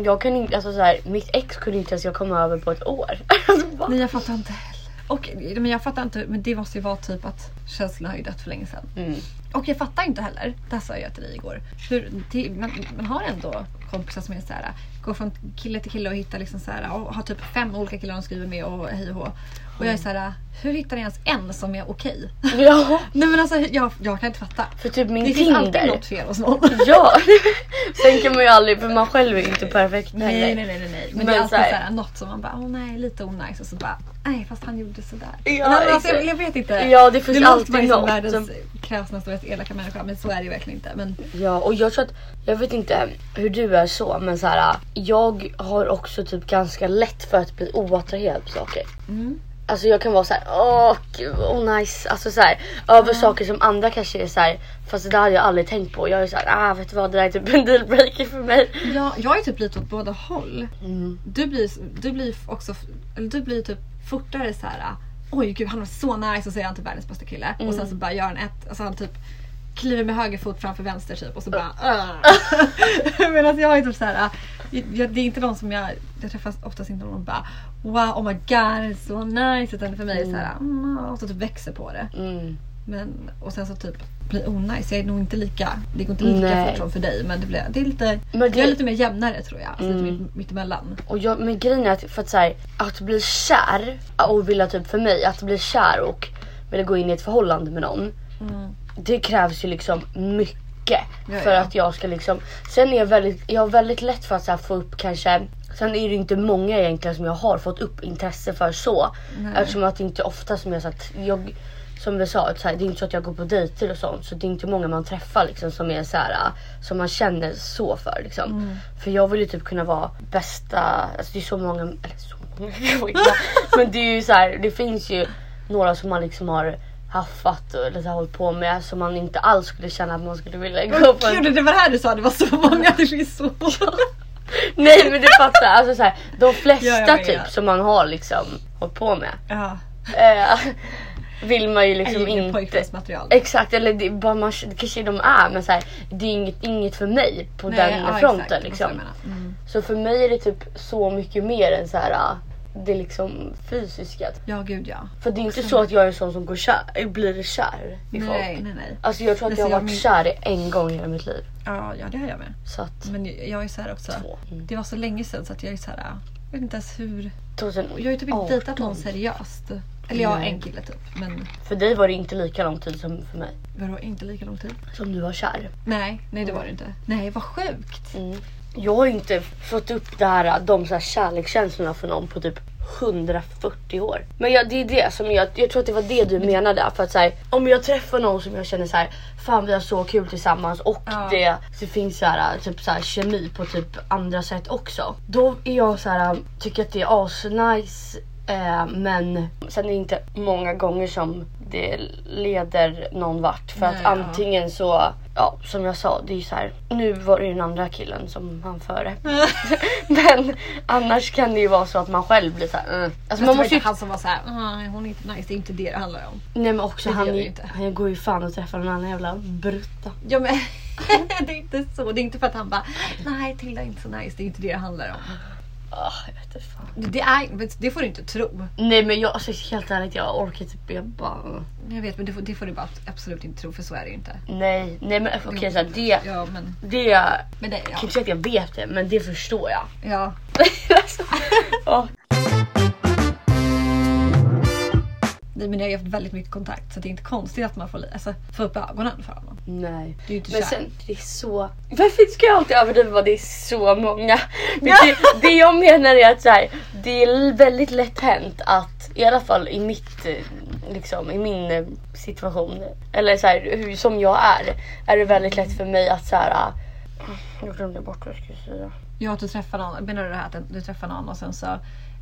S1: jag kan inte, alltså så här, mitt ex kunde inte ens jag komma över på ett år. Alltså, bara,
S2: Nej jag fattar inte heller. Och, men jag fattar inte, men det måste ju vara typ att känslorna har ju dött för länge sedan.
S1: mm.
S2: Och jag fattar inte heller, det här sa jag till dig igår. Hur det, man, man har ändå kompisar som är så här, går från kille till kille och hittar liksom så här, och har typ fem olika killar de skriver med och hej och hå. Och jag är så här, hur hittar ni ens en som är okej?
S1: Ja,
S2: Nej men alltså jag, jag kan inte fatta.
S1: för typ min
S2: Det finns alltid
S1: Tinder.
S2: något fel hos någon.
S1: Ja, sen kan man ju aldrig för man själv är inte perfekt
S2: Nej, nej, nej, nej, nej. Men,
S1: Men
S2: det är alltid så
S1: så här-
S2: här, något som man bara, åh nej, lite onajs och så bara, nej fast han gjorde sådär.
S1: Ja,
S2: nej, men alltså,
S1: exakt.
S2: jag, jag vet inte.
S1: Ja, det finns
S2: låter
S1: alltid
S2: bara som
S1: något
S2: världens
S1: som-
S2: kräsnaste och mest elaka människa men så är det ju verkligen inte. Men
S1: Ja och jag tror att, jag vet inte hur du är så men så här, jag har också typ ganska lätt för att bli oattraherad på saker.
S2: Mm.
S1: Alltså jag kan vara så här, åh gud, oh, nice, alltså så här, över saker som andra kanske är så här, fast det där hade jag aldrig tänkt på. Jag är så här, ah vet du vad det där är typ en dealbreaker för mig.
S2: Ja, jag är typ lite åt båda håll.
S1: Mm.
S2: Du blir, du blir också, eller du blir typ fortare så här. Oj gud han var så nice och så är han typ världens bästa kille. Och
S1: Mm.
S2: sen så bara gör han ett, alltså han typ kliver med höger fot framför vänster typ och så bara
S1: Ah.
S2: uh. Medan jag är typ så här. Jag, det är inte någon som jag, jag träffar oftast inte någon och bara wow oh my god så nice utan för mig är det så här mm, och så typ växer på det.
S1: Mm.
S2: Men, och sen så typ blir onajs. Jag är nog inte lika, det går inte lika
S1: Nej.
S2: fort som för dig men det, blir, det är lite,
S1: Men det-
S2: jag är lite mer jämnare tror jag. Alltså
S1: Mm.
S2: lite mitt, mittemellan.
S1: Och jag, men grejen är att, för att, så här, att bli kär och vilja typ för mig att bli kär och vilja gå in i ett förhållande med någon.
S2: Mm.
S1: Det krävs ju liksom mycket
S2: Ja,
S1: för
S2: ja.
S1: att jag ska liksom. Sen är jag väldigt, jag har väldigt lätt för att så här, få upp kanske. Sen är det inte många egentligen som jag har fått upp intresse för så.
S2: Nej.
S1: Eftersom att det inte är ofta som jag så att jag som vi sa, att så här, det är inte så att jag går på dejter och sånt så det är inte många man träffar liksom, som, är så här, äh, som man känner så för. Liksom.
S2: Mm.
S1: För jag vill ju typ kunna vara bästa, alltså det är så många, eller så många, jag vet inte. men det är ju så här, det finns ju några som man liksom har haffat och eller så här, hållit på med som man inte alls skulle känna att man skulle vilja gå på. en-
S2: Gud det var det här du sa, det var så många, det finns så många.
S1: Nej men du fattar, alltså så här, de flesta
S2: Ja, jag vet.
S1: typ som man har liksom hållit på med
S2: Ja.
S1: eh, vill man ju liksom
S2: Som inget
S1: inte
S2: pojkvänsmaterial.
S1: Exakt, eller det, är bara man, det kanske de är men så här, det är inget, inget för mig på
S2: Nej,
S1: den
S2: ja,
S1: fronten.
S2: exakt,
S1: liksom.
S2: det var så jag menade. Mm.
S1: Så för mig är det typ så mycket mer än så här, ah, det liksom fysiska.
S2: Ja gud ja.
S1: För det är inte så att jag är en sån som går kär, blir kär i
S2: Nej
S1: folk.
S2: nej nej.
S1: Alltså jag tror att
S2: Nej,
S1: jag
S2: så
S1: har
S2: jag
S1: varit
S2: min-
S1: kär i en gång i hela mitt liv.
S2: Ja, ja det har jag med.
S1: Så att
S2: Men jag är så här också.
S1: Två. Mm.
S2: Det var så länge sedan så att jag är så här. Jag vet inte ens hur. Och
S1: 2018.
S2: Jag har ju typ inte dejtat någon seriöst. Eller jag har
S1: Nej.
S2: en kille typ. Men
S1: För dig var det inte lika lång tid som för mig.
S2: vadå inte lika lång tid?
S1: Som du var kär.
S2: Nej, nej det var det
S1: Mm.
S2: inte. Nej vad sjukt.
S1: Jag har ju inte fått upp det här, de så här kärlekskänslorna för någon på typ 140 år. Men jag, det är det som jag, jag tror att det var det du menade. För att så här, om jag träffar någon som jag känner så här, fan vi har så kul tillsammans och
S2: Ja.
S1: det, det finns så här, typ så här, kemi på typ andra sätt också. Då är jag så här, tycker att det är asnice Eh, men sen är det inte många gånger som det leder någon vart. För
S2: Nej,
S1: att
S2: ja.
S1: antingen så, ja som jag sa, det är ju så här. Nu var det ju den andra killen som han före. men annars kan det ju vara så att man själv blir så här. Mm. Alltså, man
S2: det var
S1: måste
S2: inte
S1: ju...
S2: han som var såhär, "Ah, hon är inte nice, det är inte det det handlar om.
S1: Nej men också
S2: Det gör
S1: han,
S2: det
S1: är-
S2: ju inte.
S1: han går ju fan och träffar någon annan jävla brutta.
S2: Ja, men, det är inte så, det är inte för att han bara, nej Tilda är inte så nice, det är inte det det handlar om.
S1: Ah, jag vet inte fan.
S2: Det, är, det får du inte tro.
S1: Nej men jag, alltså, helt ärligt jag orkar typ, jag bara... mm.
S2: Jag vet men det får, det får du bara absolut inte tro för så är det ju inte.
S1: Nej, Mm. nej men okej så här, det,
S2: Ja men,
S1: det, jag
S2: men det, ja.
S1: kan inte säga att jag vet det men det förstår jag.
S2: ja.
S1: alltså, ja.
S2: Nej, men jag har haft väldigt mycket kontakt så det är inte konstigt att man får, li- alltså, får upp ögonen för honom.
S1: Nej.
S2: Du är ju inte
S1: Men
S2: kär.
S1: sen det är så... Varför ska jag alltid överdriva vad det är så många? Men det, det jag menar är att så här, det är väldigt lätt hänt att i alla fall i mitt eh, liksom i min eh, situation eller så här, hur som jag är är det väldigt lätt för mig att så här. ah, Jag glömde bort vad jag skulle säga.
S2: Ja att du träffar någon, menar du det här att du träffar någon och sen så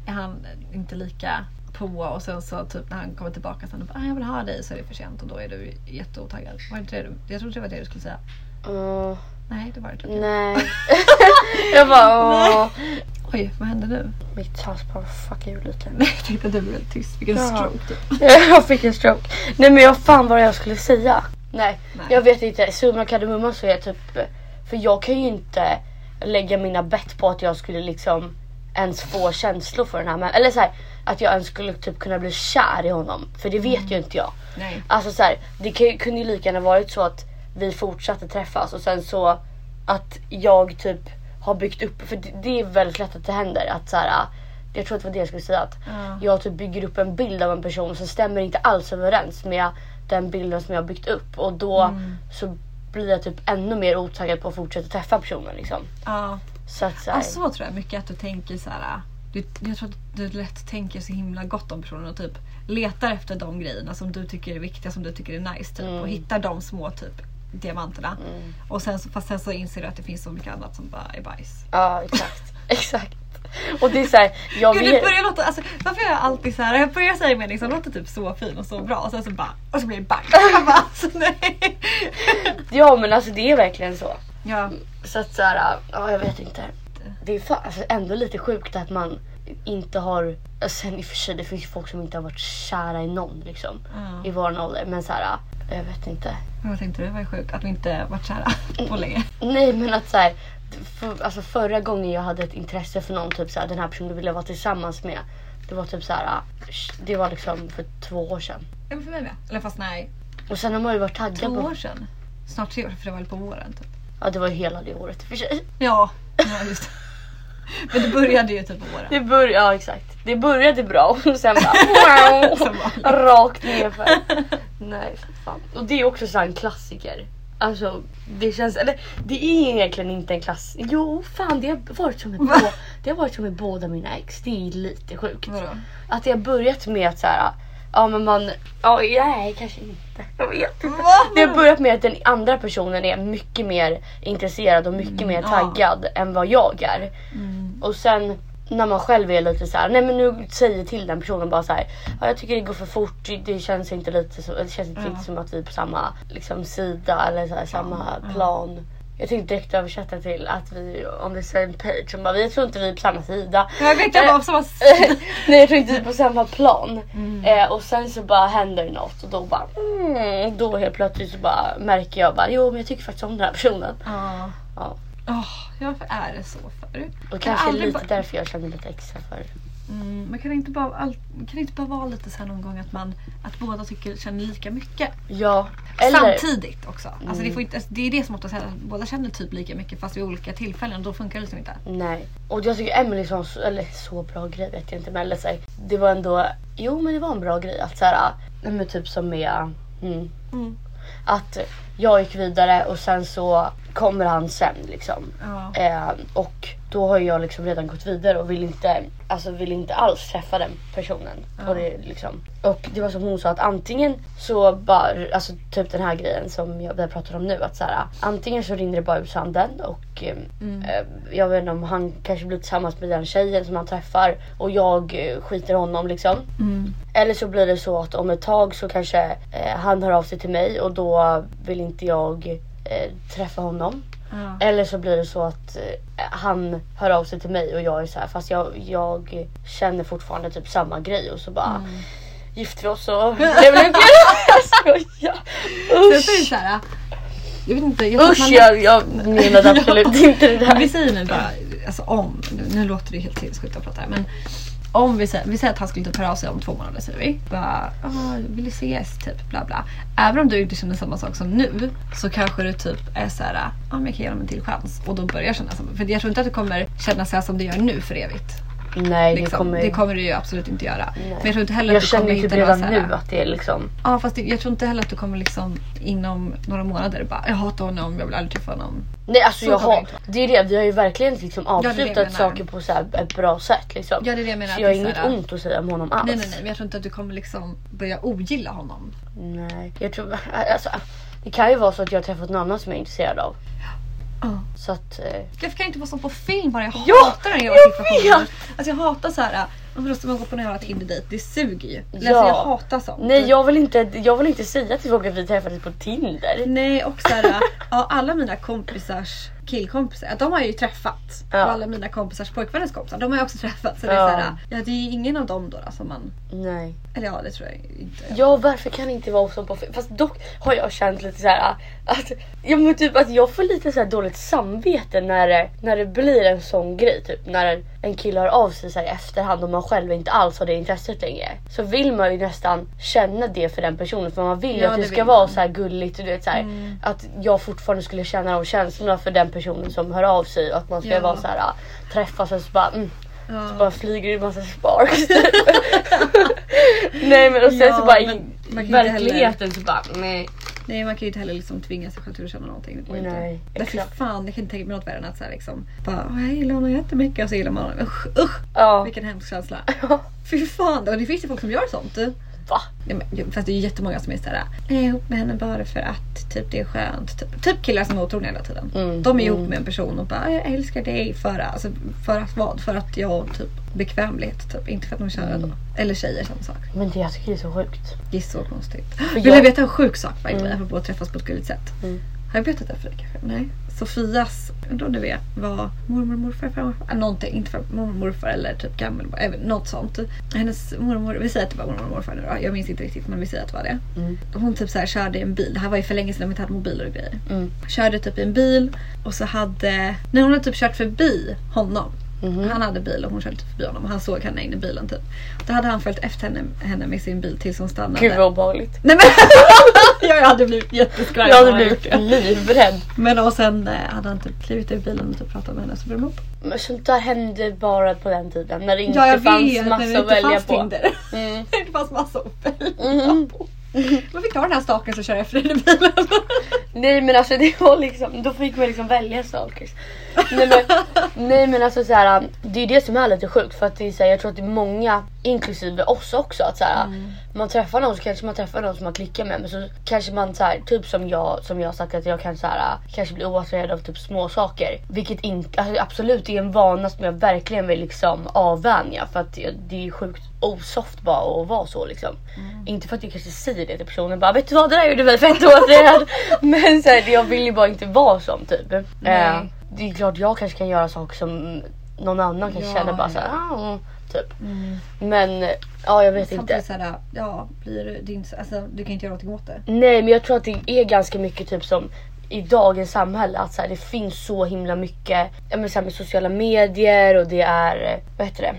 S2: är han inte lika på och sen så typ när han kommer tillbaka sen och bara, "Ah, jag vill ha dig så är det för sent och då är du jätteotaggad. Var det inte det du, jag trodde det var det du skulle säga.
S1: Mm,
S2: Nej det var det inte.
S1: nej. jag bara ah. åh.
S2: Oj vad hände nu?
S1: Mitt halsband fuckar ju lite.
S2: Nej jag tänkte att du blev väldigt tyst, vilken
S1: Ja.
S2: stroke typ.
S1: jag fick en stroke. Nej men jag fan vad jag skulle säga. Nej,
S2: Nej.
S1: jag vet inte. Summa kardemumma så är jag typ. För jag kan ju inte lägga mina bett på att jag skulle liksom ens få känslor för den här människan. Eller så här, att jag ens skulle typ kunna bli kär i honom. För det vet ju inte jag.
S2: Nej.
S1: Alltså så här, det kan, ju- kunde ju lika gärna varit så att vi fortsatte träffas och sen så att jag typ har byggt upp, för det, det är väldigt lätt att det händer att så här, ah, jag tror att det var det jag skulle säga att
S2: Ja.
S1: jag typ bygger upp en bild av en person som stämmer inte alls överens med den bilden som jag har byggt upp och då
S2: Mm.
S1: så blir jag typ ännu mer otaggad på att fortsätta träffa personen liksom.
S2: Ja.
S1: Så att så här,
S2: Ja, så tror jag mycket att du tänker så här. Du, jag tror att du lätt tänker så himla gott om personen och typ letar efter de grejerna som du tycker är viktiga, som du tycker är nice typ. Och hittar de små typ diamanterna. Och sen, så- fast sen så inser du att det finns så mycket annat som bara är bajs.
S1: ja exakt, exakt. Och det är så här, jag
S2: Gud, det
S1: vet.
S2: börjar låta, alltså, varför är jag alltid så här? Jag börjar säga mening som låter typ så fin och så bra och sen så bara, och så blir det bang. Jag bara, alltså, nej.
S1: Ja men alltså det är verkligen så.
S2: Ja,
S1: Så att såhär, ja jag vet inte. Det är fan, alltså, ändå lite sjukt att man inte har, alltså, sen i och för sig det finns ju folk som inte har varit kära i någon liksom.
S2: Ja.
S1: I våran ålder men såhär, jag vet inte.
S2: vad tänkte du? Vad är sjukt att vi inte varit kära på länge.
S1: Nej men att såhär, för, alltså förra gången jag hade ett intresse för någon, typ såhär, den här personen ville vara tillsammans med. Det var typ såhär, det var liksom för två år sedan.
S2: Ja, men för mig med. Eller fast nej,
S1: Och sen har man ju varit taggad
S2: två
S1: på,
S2: år sedan. Snart tre år, för det var väl på våren typ.
S1: ja det var ju hela det året i och för sig.
S2: Ja, ja just det. Men det började ju typ på våren.
S1: Det började, ja exakt. Det började bra och sen bara
S2: Som vanligt.
S1: rakt nerför. Nej för fan. Och det är också så här en klassiker. Alltså det känns, eller det är egentligen inte en klass. Jo fan det har varit som med,
S2: Va?
S1: bå, det har varit som med båda mina ex. Det är lite sjukt.
S2: Vadå?
S1: Att det har börjat med att så här, ja men man, ja nej kanske inte. Jag vet inte.
S2: Va?
S1: Det har börjat med att den andra personen är mycket mer intresserad och mycket mer
S2: Mm. ja.
S1: taggad än vad jag är.
S2: Mm.
S1: Och sen när man själv är lite så här, nej men nu säger till den personen bara så här, ja, jag tycker det går för fort, det- det känns inte lite så, det känns inte
S2: Ja.
S1: riktigt som att vi är på samma liksom, sida eller så här, samma
S2: ja.
S1: plan. Jag tänkte direkt översätta till att vi är on the same page, som bara, vi tror inte vi är på samma sida.
S2: Jag vet jag bara som var...
S1: Nej jag tror inte vi är på samma plan.
S2: Mm.
S1: Eh, och sen så bara händer det något och då bara mm, då helt plötsligt så bara märker jag bara jo men jag tycker faktiskt om den här personen.
S2: Ja.
S1: Ja.
S2: Åh, ja, varför är det så för?
S1: Och
S2: Kan
S1: kanske
S2: aldrig
S1: lite
S2: bara-
S1: därför jag känner lite extra för
S2: Mm, men kan det inte bara, all, kan det inte bara vara lite så här någon gång att man att båda tycker, känner lika mycket?
S1: Ja. Eller, Mm.
S2: Samtidigt också. Alltså det, får inte, alltså det är det som oftast händer, att båda känner typ lika mycket fast vid olika tillfällen. Då funkar det liksom inte.
S1: Nej. Och jag tycker Emily sa en så, eller så bra grej vet jag inte men eller så här, det var ändå, jo men det var en bra grej att så här, nej, men typ som med, mm,
S2: Mm.
S1: att jag gick vidare och sen så kommer han sen liksom.
S2: Ja.
S1: Eh, och då har jag liksom redan gått vidare och vill inte, alltså vill inte alls träffa den personen.
S2: Ja.
S1: Och, det, liksom. och det var som hon sa att antingen så bara, alltså typ den här grejen som jag, vi har pratat om nu. Att så här, antingen så rinner det bara ur sanden och eh, eh, jag vet inte om han kanske blir tillsammans med den tjejen som han träffar och jag eh, skiter i honom liksom.
S2: Mm.
S1: Eller så blir det så att om ett tag så kanske eh, han hör av sig till mig och då vill inte jag eh, träffa honom.
S2: Ja.
S1: Eller så blir det så att eh, han hör av sig till mig och jag är så här fast jag, jag känner fortfarande typ samma grej och så bara
S2: Mm.
S1: gifter vi oss och det blir kul. Jag skojar.
S2: Sen så är det
S1: Usch!
S2: så här, jag vet inte. Jag tror att
S1: Usch jag, jag menade absolut inte det
S2: Men vi
S1: där.
S2: säger nu bara, alltså om, nu, nu låter det ju helt sinnessjukt att prata här men om vi säger, vi säger att han skulle typ höra av sig om två månader säger vi. Bara, "Ah, vill du ses typ bla bla. Även om du inte känner samma sak som nu så kanske du typ är såhär, ja ah, men jag kan ge dem en till chans. Och då börjar känna samma. För jag tror inte att du kommer känna så här som du gör nu för evigt.
S1: Nej det
S2: Liksom.
S1: kommer,
S2: Det kommer du ju absolut inte göra.
S1: Nej.
S2: Men jag tror inte heller att
S1: jag
S2: du
S1: känner
S2: kommer
S1: ju
S2: hitta
S1: typ
S2: några
S1: redan
S2: så här-
S1: nu att det är liksom
S2: Ja fast det- jag tror inte heller att du kommer liksom inom några månader bara, jag hatar honom, jag vill aldrig träffa honom.
S1: Nej alltså
S2: Så
S1: jag
S2: kommer det
S1: har,
S2: inte vara.
S1: det är det, vi har ju verkligen liksom
S2: det är det jag
S1: avslutat
S2: menar.
S1: saker på så här ett bra sätt liksom.
S2: Ja, det är det jag menar,
S1: Så
S2: att
S1: jag har
S2: det är så
S1: inget
S2: här-
S1: ont att säga om honom alls.
S2: Nej nej nej men jag tror inte att du kommer liksom börja ogilla honom.
S1: Nej, jag tror... Alltså, det kan ju vara så att jag har träffat någon annan som jag är intresserad av.
S2: Ja.
S1: Så att... Eh,
S2: Det kan inte vara som på film bara. Jag
S1: Ja,
S2: hatar den jävla
S1: jag
S2: situationen.
S1: vet.
S2: Alltså jag hatar så här. "Ja, men Då ska man gå på en jävla Tinder-dejt. Det suger ju. Men
S1: Ja.
S2: Alltså jag hatar sånt.
S1: nej, jag vill, inte, jag vill inte säga till folk att vi träffades på Tinder.
S2: Nej och så här, ja, alla mina kompisars killkompisar, de har jag ju träffat.
S1: Ja.
S2: Och alla mina kompisars pojkvänners kompisar, de har jag också träffat. Så det är
S1: Ja.
S2: så här, ja, det är ju ingen av dem då, då som man...
S1: Nej.
S2: Eller ja, det tror jag inte.
S1: Ja, varför kan det inte vara som på film? Fast dock har jag känt lite så här ah, att... Ja, men typ att jag får lite så här dåligt samvete när det, när det blir en sån grej. Typ när en, en kille hör av sig så här i efterhand och man själv inte alls har det intresset längre. Så vill man ju nästan känna det för den personen för man vill ju
S2: Ja,
S1: att det
S2: det
S1: ska
S2: vill
S1: vara
S2: man.
S1: så här gulligt och du vet så här,
S2: Mm.
S1: att jag fortfarande skulle känna de känslorna för den personen som hör av sig och att man ska
S2: Ja.
S1: vara så här ah, träffas och så bara mm,
S2: Ja.
S1: bara flyger det en massa sparks. nej men och sen
S2: Ja,
S1: så bara
S2: men
S1: i
S2: man kan inte
S1: verkligheten så bara nej.
S2: Nej man kan ju inte heller liksom tvinga sig själv till att känna någonting. Det går ju
S1: Nej,
S2: inte. Därför
S1: exakt.
S2: fan jag kan inte tänka mig något värre än att så här liksom bara "Åh, jag gillar honom jättemycket och så gillar man honom. Usch, usch.
S1: Ja.
S2: Vilken hemsk känsla. Fy fan, och det finns ju folk som gör sånt.
S1: Va?
S2: Nej, men, fast det är ju jättemånga som är såhär, jag är ihop med henne bara för att typ det är skönt. Typ, typ killar som är otrogna hela tiden.
S1: Mm,
S2: De är ihop med en person och bara, jag älskar dig för, att- alltså, för att vad? För att jag har typ bekvämlighet. Typ. Inte för att de är kära
S1: Mm.
S2: då. Eller tjejer samma sak.
S1: Men det jag tycker det är så sjukt.
S2: Det är så konstigt.
S1: jag-
S2: Vill jag veta en sjuk sak by the way, apropå att träffas på ett gulligt sätt?
S1: Mm.
S2: Har jag berättat det för dig kanske? Nej. Sofias, undrar om du vet, var mormor, morfar, farmor, äh, någonting, inte farmor, mormor, morfar eller typ gammel, äh, något sånt. Hennes mormor, vi säger att det var mormor, morfar nu då, jag minns inte riktigt men vi säger att det var det.
S1: Mm.
S2: Hon typ så här körde i en bil, det här var ju för länge sedan de inte hade mobiler och grejer.
S1: Mm.
S2: Körde typ i en bil och så hade, när hon hade typ kört förbi honom
S1: Mm-hmm.
S2: han hade bil och hon körde typ förbi honom och han såg henne in i bilen typ. Då hade han följt efter henne, henne med sin bil tills hon stannade.
S1: Gud vad obehagligt.
S2: Nej men jag hade blivit jätteskvarrig
S1: Jag
S2: om
S1: hade
S2: han
S1: blivit
S2: gjort det.
S1: livrädd.
S2: Men och sen eh, hade han typ klivit ur bilen och typ pratat med henne så blev de ihop.
S1: Men sånt där hände bara på den tiden när det inte
S2: Ja jag
S1: fanns
S2: vet, men
S1: massa
S2: det
S1: att
S2: inte
S1: välja
S2: fanns
S1: på.
S2: Tinder.
S1: Mm.
S2: Det fanns massa att välja
S1: Mm.
S2: på. Man fick ta den här staken som kör efter den i bilen.
S1: Nej men alltså det var liksom, då fick man liksom välja saker. Nej men, nej, men alltså så här, det är det som är lite sjukt för att det är så här, jag tror att det är många, inklusive oss också, att så här, man träffar någon så kanske man träffar någon som man klickar med men så kanske man så här, typ som jag, som jag har sagt att jag kan så här, uh, kanske bli oattraherad av typ små saker Vilket inte, alltså, absolut är en vana som jag verkligen vill liksom avvänja för att det, det är sjukt osoft bara att vara så liksom. Inte för att jag kanske säger det till personen bara vet du vad det där gjorde mig fett oattraherad. men så här, jag vill ju bara inte vara sån typ.
S2: Nej.
S1: Eh, det är klart jag kanske kan göra saker som någon annan kanske
S2: Ja,
S1: känner bara
S2: ja.
S1: såhär ah, mm", typ. Men ja jag vet inte.
S2: Samtidigt såhär, ja blir du, det är inte, så- alltså, du kan inte göra någonting åt det.
S1: Nej men jag tror att det är ganska mycket typ som i dagens samhälle att så här, det finns så himla mycket ja, men så här, med sociala medier och det är eh, vad heter det?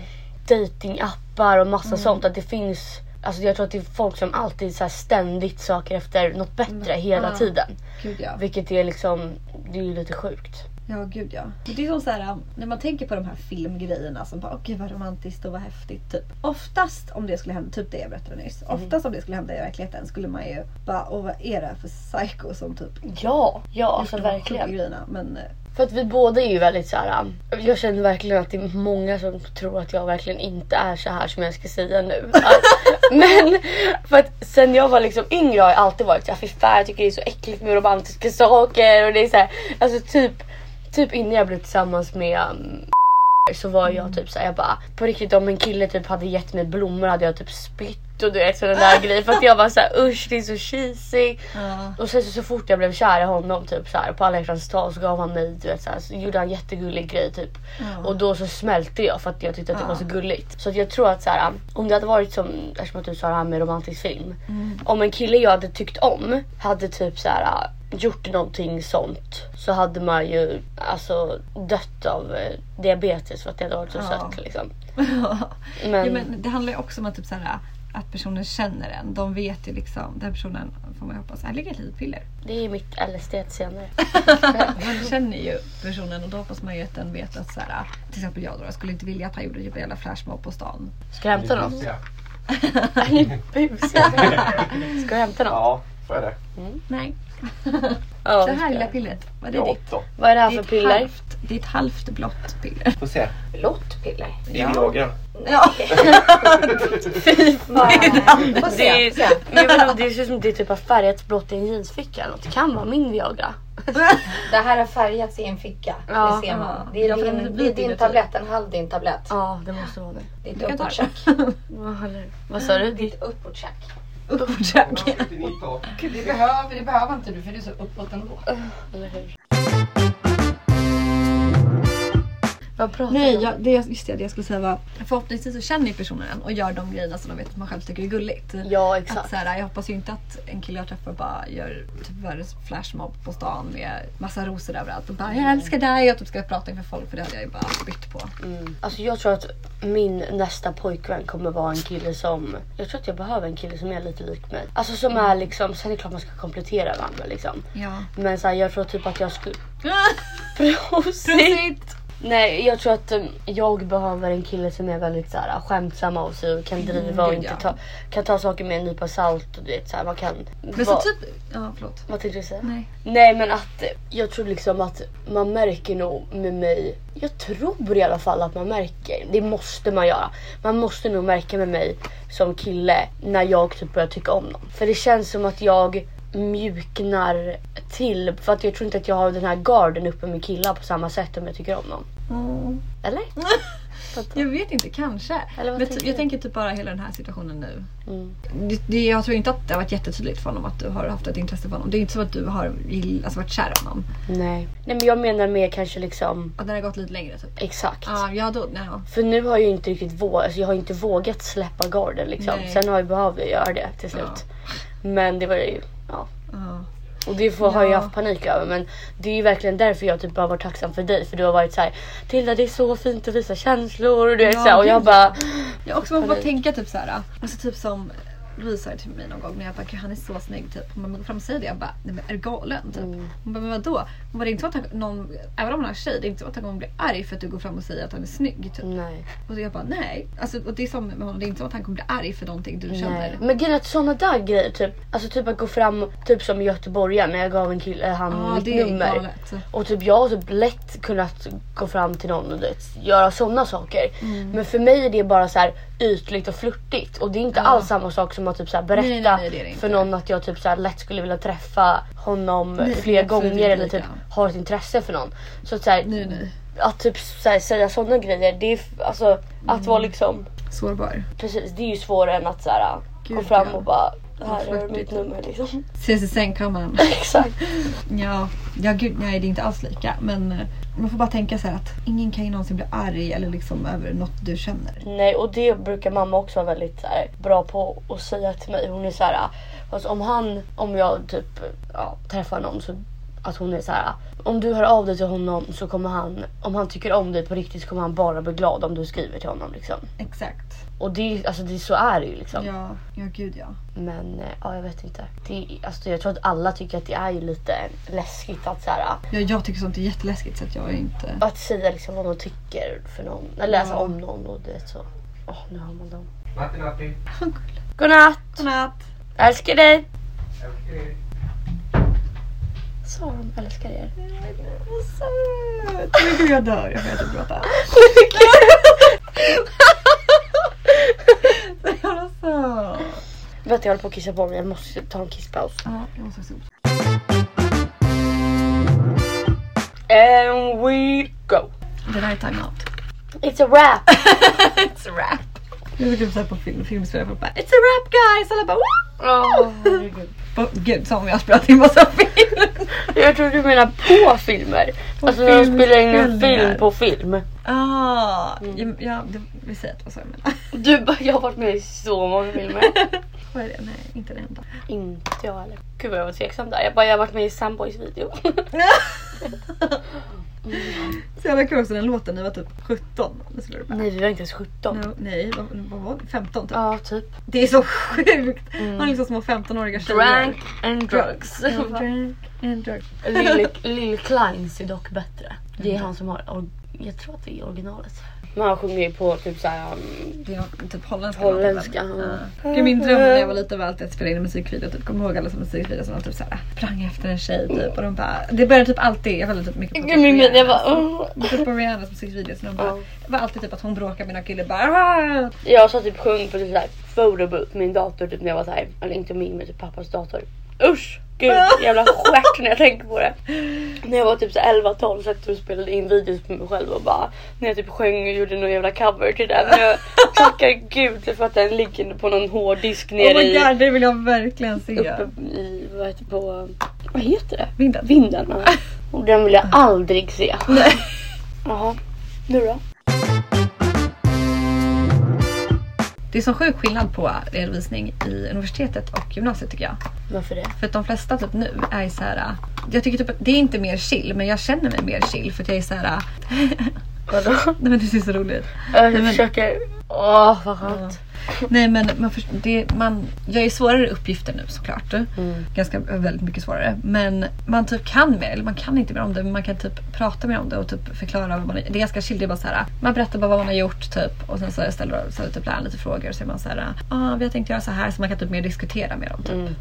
S1: Datingappar och
S2: Mm.
S1: massa sånt att det finns Alltså jag tror att det är folk som alltid så här ständigt söker efter något bättre hela
S2: Mm. Ja.
S1: tiden.
S2: Gud ja.
S1: Vilket är liksom, det är ju lite sjukt.
S2: Ja, gud ja. Men Det är som så här, um, när man tänker på de här filmgrejerna som bara, åh gud vad romantiskt och vad häftigt. Typ. Oftast om det skulle hända, typ det jag berättade nyss, oftast om det skulle hända i verkligheten skulle man ju bara, åh vad är det här för psycho som typ
S1: Ja, ja alltså
S2: gjort de här
S1: verkligen.
S2: grejerna. Men eh,
S1: För att vi båda är ju väldigt så här. um, Jag känner verkligen att det är många som tror att jag verkligen inte är så här som jag ska säga nu. Att- Men för att sen jag var liksom yngre har jag alltid varit så här, fy fan jag tycker det är så äckligt med romantiska saker och det är så här, alltså typ, typ innan jag blev tillsammans med um, så var jag typ såhär, jag bara på riktigt om en kille typ hade gett mig blommor hade jag typ spytt och du vet sådana där grejer för att jag var såhär usch det är så cheesy.
S2: ja.
S1: Och sen så, så fort jag blev kär i honom typ så här, på alla hjärtans dag så gav han mig du vet så här, så gjorde han jättegullig grej typ.
S2: Ja.
S1: Och då så smälte jag för att jag tyckte att det
S2: Ja.
S1: var så gulligt. Så att jag tror att så här, om det hade varit som eftersom att du sa det här med romantisk film. Om en kille jag hade tyckt om hade typ så här gjort någonting sånt så hade man ju alltså dött av eh, diabetes för att det hade varit så
S2: Ja.
S1: sött liksom.
S2: men...
S1: Men-
S2: Ja, men det handlar ju också om att, typ så här, att personen känner en. De vet ju liksom, den personen får man ju hoppas, här ligger ett livpiller.
S1: Det är mitt LSD senare.
S2: Man känner ju personen och då hoppas man ju att den vet att så här, till exempel jag då, jag skulle inte vilja att han gjorde typ en jävla flashmob på stan.
S1: Ska jag hämta något?
S3: Ja.
S1: Är ni busiga? Ska jag hämta något?
S3: ja, får jag det?
S2: Nej.
S1: Ja,
S2: Det här
S1: ska jag.
S2: lilla pillret, vad är
S3: Jag
S2: det
S3: åt dem.
S1: Vad är det här
S2: Det är
S1: för
S2: ett
S1: piller?
S2: halvt- Det är ett halvt blått piller.
S3: Får se.
S1: Lottpiller?
S3: Det är Viagra.
S2: Ja.
S1: Det, är, jag vet inte, det ser ut som det är typ har färgats blått i en jeansficka eller något. Det kan vara min Viagra.
S4: Det här har färgats i en ficka.
S1: Ja.
S4: det ser man.
S2: Ja.
S4: Det är
S2: Ja, för den är vit
S4: din, det är
S2: inuti.
S4: din tablett, en halv din tablett.
S1: Ja det måste vara det.
S4: Det är
S2: Du kan
S4: ett
S2: ta
S4: uppåt tjack.
S1: Vad sa du?
S4: Ditt uppåt tjack.
S2: Uppåtjack.
S4: Det behöver, det behöver inte du för du är så uppåt ändå.
S1: Eller hur? Vad pratar
S2: Nej,
S1: vi om?
S2: jag, det, jag- just det, det jag skulle säga var förhoppningsvis så känner ju personen en och gör de grejerna som de vet att man själv tycker är gulligt.
S1: Ja
S2: Att
S1: exakt.
S2: så här, jag hoppas ju inte att en kille jag träffar bara gör typ världens flashmob på stan med massa rosor överallt och bara jag älskar dig och typ ska prata inför folk för det hade jag ju bara bytt på.
S1: Mm. Alltså jag tror att min nästa pojkvän kommer vara en kille som... Jag tror att jag behöver en kille som är lite lik mig. Alltså som är liksom... Sen är det klart man ska komplettera varandra liksom.
S2: Ja.
S1: Men så här, jag tror typ att jag skulle... Prosit!
S2: Prosit!
S1: Nej, jag tror att um, jag behöver en kille som är väldigt så här, uh, skämtsam av sig och kan driva och
S2: gud,
S1: inte
S2: ja.
S1: ta, kan ta saker med en nypa salt och du vet så här, man kan...
S2: Men så
S1: va-
S2: typ, ja förlåt.
S1: Vad tänkte du säga?
S2: Nej.
S1: Nej men att eh, jag tror liksom att man märker nog med mig. Jag tror i alla fall att man märker. Det måste man göra. Man måste nog märka med mig som kille när jag typ börjar tycka om någon. För det känns som att jag mjuknar till. För att jag tror inte att jag har den här garden uppe med killar på samma sätt om jag tycker om någon.
S2: Mm.
S1: Eller?
S2: Jag vet inte, kanske.
S1: Eller vad
S2: Men
S1: tänker
S2: typ, jag
S1: du?
S2: tänker typ bara hela den här situationen nu.
S1: Mm.
S2: Det, det, jag tror inte att det har varit jättetydligt för honom att du har haft ett intresse för honom. Det är inte så att du har gill- alltså, varit kär i honom.
S1: Nej. Nej men jag menar mer kanske liksom
S2: Att den har gått lite längre typ.
S1: exakt.
S2: Ja, ja då, nej, ja.
S1: För nu har jag ju inte riktigt vågat, alltså jag har inte vågat släppa garden liksom.
S2: Nej.
S1: Sen har jag behövt göra det till slut. Men det var ju, ja.
S2: ja.
S1: Och det får, har
S2: Ja.
S1: jag haft panik över men det är ju verkligen därför jag typ bara varit tacksam för dig för du har varit så här: Tilda det är så fint att visa känslor och du vet
S2: Ja,
S1: så här, och jag
S2: gud.
S1: bara
S2: Jag har också man får bara
S1: Panik.
S2: tänka typ såhär. Alltså typ som Louise sa till mig någon gång när jag bara "Gud, han är så snygg typ. Hon bara, men gå fram och säg det. Jag bara nej men är du galen typ.
S1: Mm.
S2: Hon bara men vadå? Hon bara det är inte så att han, någon, även om han är tjej, det är inte så att han kommer bli arg för att du går fram och säger att han är snygg typ.
S1: nej.
S2: Och jag bara nej. Alltså, och det är som med honom, det är inte så att han kommer bli arg för någonting du
S1: nej.
S2: känner.
S1: Men grejen är att sådana där grejer typ, alltså typ att gå fram typ som i Göteborgaren när jag gav en kille han
S2: Ja,
S1: mitt
S2: det är
S1: nummer.
S2: galet.
S1: Och typ jag har typ lätt kunnat gå fram till någon och du vet, göra sådana saker.
S2: Mm.
S1: Men för mig är det bara så här ytligt och flörtigt. Och det är inte alls samma sak som att typ så här berätta
S2: Nej, nej, nej, det är det inte.
S1: för någon att jag typ så här lätt skulle vilja träffa honom
S2: Nej,
S1: fler
S2: absolut
S1: gånger eller
S2: inte.
S1: typ har ett intresse för någon. Så att, så här,
S2: Nej nej.
S1: att typ så här, säga sådana grejer, det är f- alltså att vara
S2: Mm.
S1: liksom
S2: Sårbar.
S1: precis det är ju svårare än att så här, gå
S2: Gud,
S1: fram
S2: ja.
S1: och bara här
S2: flörtigt
S1: är mitt
S2: typ.
S1: nummer liksom.
S2: Ses i sängkammaren.
S1: Exakt.
S2: Ja, ja gud, nej det är inte alls lika. Men eh, man får bara tänka så här att ingen kan ju någonsin bli arg eller liksom över något du känner.
S1: Nej och det brukar mamma också vara väldigt så här, bra på att säga till mig. Hon är så här, alltså, om han, om jag typ ja, träffar någon så Att hon är så här. om du hör av dig till honom så kommer han, om han tycker om dig på riktigt så kommer han bara bli glad om du skriver till honom liksom.
S2: Exakt.
S1: Och det, alltså det, så är det ju liksom.
S2: Ja, ja gud ja.
S1: Men eh, ja, jag vet inte. Det, alltså, jag tror att alla tycker att det är ju lite läskigt att, så här,
S2: ja. Jag tycker sånt är jätteläskigt så att jag är inte...
S1: att säga liksom, vad man tycker för någon. Eller alltså,
S2: Ja.
S1: om någon och det är så. Åh, nu har man dem.
S3: Matti Natti,
S1: Godnatt!
S2: Godnatt!
S1: Älskar dig!
S3: älskar er.
S1: Så, älskar er.
S2: Vad söt! Men gud jag dör, jag börjar typ gråta. Så jävla söt!
S1: Vet du, jag håller på att kissa på mig. Jag måste ta en kisspaus.
S2: Ja, jag måste också gå.
S1: And we go.
S2: Det där är time-out.
S1: It's a wrap.
S2: It's a wrap! Jag vill typ såhär på film, filmspelare folk bara It's a wrap guys! Alla bara Woo!
S1: Åh, herregud.
S2: Bara, Gud, som om jag spelat in massa film.
S1: jag tror du menar på filmer.
S2: På
S1: alltså när de spelar in en
S2: filmspelningar.
S1: film på film.
S2: Ah,
S1: Mm.
S2: ja, ja, det, vi säger att det var så jag menar.
S1: Du bara, jag har varit med i så många filmer.
S2: Vad är det? Nej, inte det enda.
S1: Inte jag heller. Gud vad jag var tveksam där. Jag bara, jag har varit med i Samboys video.
S2: Så jävla kul också den låten, ni var typ 17. Eller skulle du bara,
S1: Nej vi var inte ens 17.
S2: No, nej, vad, vad var det? 15 typ.
S1: Ja typ.
S2: Det är så sjukt!
S1: Mm.
S2: Man är liksom små 15-åriga
S1: Drank and drugs.
S2: Ja, Drank and drugs.
S1: Lil, Lil Kleins är dock bättre. Det är han som har, or- jag tror att det är originalet. Men han sjunger ju på typ såhär um,
S2: Det är någon typ holländska.
S1: Holländska,
S2: låten.
S1: ja.
S2: Ja. Gud, Min dröm när jag var liten var alltid att spela in en musikvideo. Typ, kommer ihåg alla som musikvideor som var typ såhär, sprang efter en tjej typ. Och de bara, det började typ alltid, jag följde typ mycket på typ
S1: Gud, min-
S2: Rihanna,
S1: jag uh. bara,
S2: så-
S1: åh.
S2: Typ på Rihannas musikvideo. Så de bara,
S1: Ja.
S2: Det var alltid typ att hon bråkade med någon kille bara "Ah!"
S1: Jag satt typ och sjöng på typ såhär photobooth, min dator typ när jag var såhär, eller inte min men typ pappas dator. Usch! Gud jävla stjärt när jag tänker på det. När jag var typ så 11-12 satt jag och spelade in videos på mig själv och bara när jag typ sjöng och gjorde någon jävla cover till den. Jag tackar gud för att den ligger på någon hårddisk
S2: Oh
S1: nere
S2: my
S1: i
S2: god, det vill jag verkligen se.
S1: uppe i vad heter, på, vad heter det?
S2: Vinden.
S1: Vindarna. Och den vill jag aldrig se.
S2: Nej.
S1: Jaha, nu då?
S2: Det är så sjuk skillnad på redovisning i universitetet och gymnasiet tycker jag.
S1: Varför det?
S2: För att de flesta typ nu är så här. Jag tycker typ att det är inte mer chill men jag känner mig mer chill för att jag är så här.
S1: Vadå?
S2: Nej men det ser så roligt ut.
S1: Jag
S2: men-
S1: försöker... Åh vad skönt.
S2: Nej men man, förs- det, man gör ju svårare uppgifter nu såklart. Ganska väldigt mycket svårare. Men man typ kan mer, eller man kan inte mer om det men man kan typ prata mer om det och typ förklara vad man Det är ganska chill, det är bara så här. Man berättar bara vad man har gjort typ och sen så ställer så typ läraren lite frågor och så är man så här. ah, vi har tänkt göra så här så man kan typ mer diskutera med dem typ.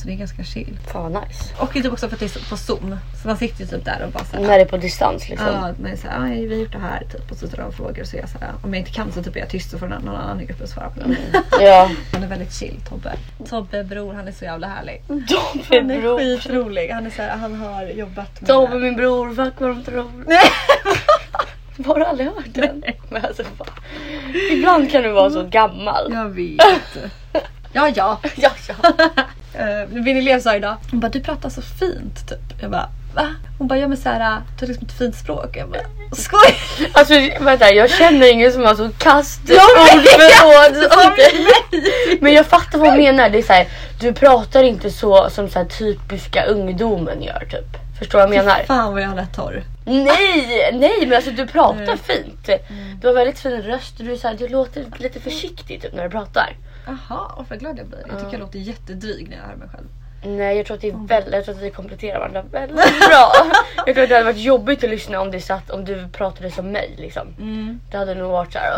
S2: Så det är ganska chill.
S1: Fan vad nice.
S2: Och det är typ också för att det är på zoom. Så man sitter ju typ där och bara så här.
S1: När det är på distans liksom.
S2: Ja, men så här, "Ah, vi har gjort det här typ och så tar de frågor och så är jag så här, om jag inte kan så typ är jag tyst så får någon någon annan i gruppen svara på den.
S1: Ja.
S2: Han är väldigt chill Tobbe. Tobbe bror han är så jävla härlig.
S1: Tobbe
S2: Han är
S1: bror.
S2: skitrolig. Han, är så här, han har jobbat med...
S1: Tobbe min bror, fuck vad de tror.
S2: Nej.
S1: Har du aldrig hört den? Men alltså, fan. Ibland kan du vara så gammal.
S2: Jag vet. Ja ja.
S1: Ja, ja.
S2: Uh, min elev sa idag. Hon bara du pratar så fint typ. Jag bara va? Hon bara ja men såhär du har liksom ett fint språk. Jag
S1: Mm.
S2: bara skoj.
S1: Alltså vänta, jag känner ingen som har så kasst
S2: vet!
S1: ordförråd som dig. Men jag fattar vad hon menar. Det är så här, du pratar inte så som så här, typiska ungdomen gör typ. Förstår vad jag menar?
S2: Fan vad jag lät torr.
S1: Nej, nej men alltså du pratar
S2: Nej.
S1: fint.
S2: Mm.
S1: Du har väldigt fin röst och du, är så här, du låter lite försiktig typ, när du pratar.
S2: Jaha vad glad jag blir. Jag tycker jag låter jättedryg när jag hör mig själv.
S1: Nej jag tror att, det
S2: Mm.
S1: är väldigt, jag tror att vi kompletterar varandra väldigt bra. Jag tror att det hade varit jobbigt att lyssna om, det satt, om du pratade som mig liksom. Det hade nog varit såhär... "Åh,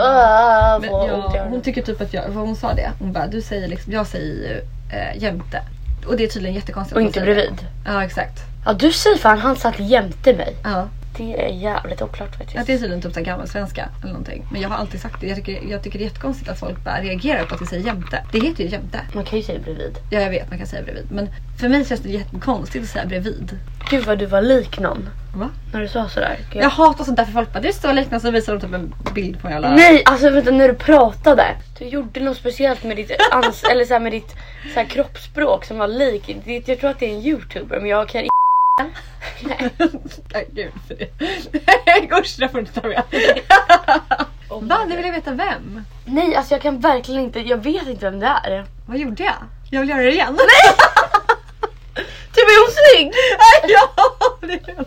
S2: Mm. Men
S1: Alltså, vad ont i
S2: ja,
S1: öronen."
S2: hon tycker typ att jag, vad hon sa det. Hon bara du säger liksom, jag säger ju eh, jämte. Och det är tydligen jättekonstigt.
S1: Och
S2: att
S1: inte
S2: hon säger det.
S1: bredvid.
S2: Ja exakt.
S1: Ja du säger fan han satt jämte mig.
S2: Ja.
S1: Det är jävligt oklart
S2: Ja,
S1: faktiskt.
S2: det är tydligen typ så här gammelsvenska eller någonting. Men jag har alltid sagt det. Jag tycker, jag tycker det är jättekonstigt att folk bara reagerar på att vi säger jämte. Det heter ju jämte.
S1: Man kan ju säga bredvid.
S2: Ja, jag vet man kan säga bredvid. Men för mig känns det jättekonstigt att säga bredvid.
S1: Gud vad du var lik någon
S2: Va?
S1: när du sa sådär. Gud,
S2: Jag hatar sånt där för folk bara du står och liknar så visar de typ en bild på en jävla...
S1: Nej alltså vänta när du pratade. Du gjorde något speciellt med ditt, ans- eller så här, med ditt så här, kroppsspråk som var lik. Det, jag tror att det är en youtuber men jag kan
S2: Nej gud för det. Usch det får du inte ta med. Va? Nu vill jag veta vem.
S1: Nej alltså jag kan verkligen inte, jag vet inte vem det är.
S2: Vad gjorde jag? Jag vill göra det igen.
S1: Du Till och med hon snygg!
S2: ja, det är hon.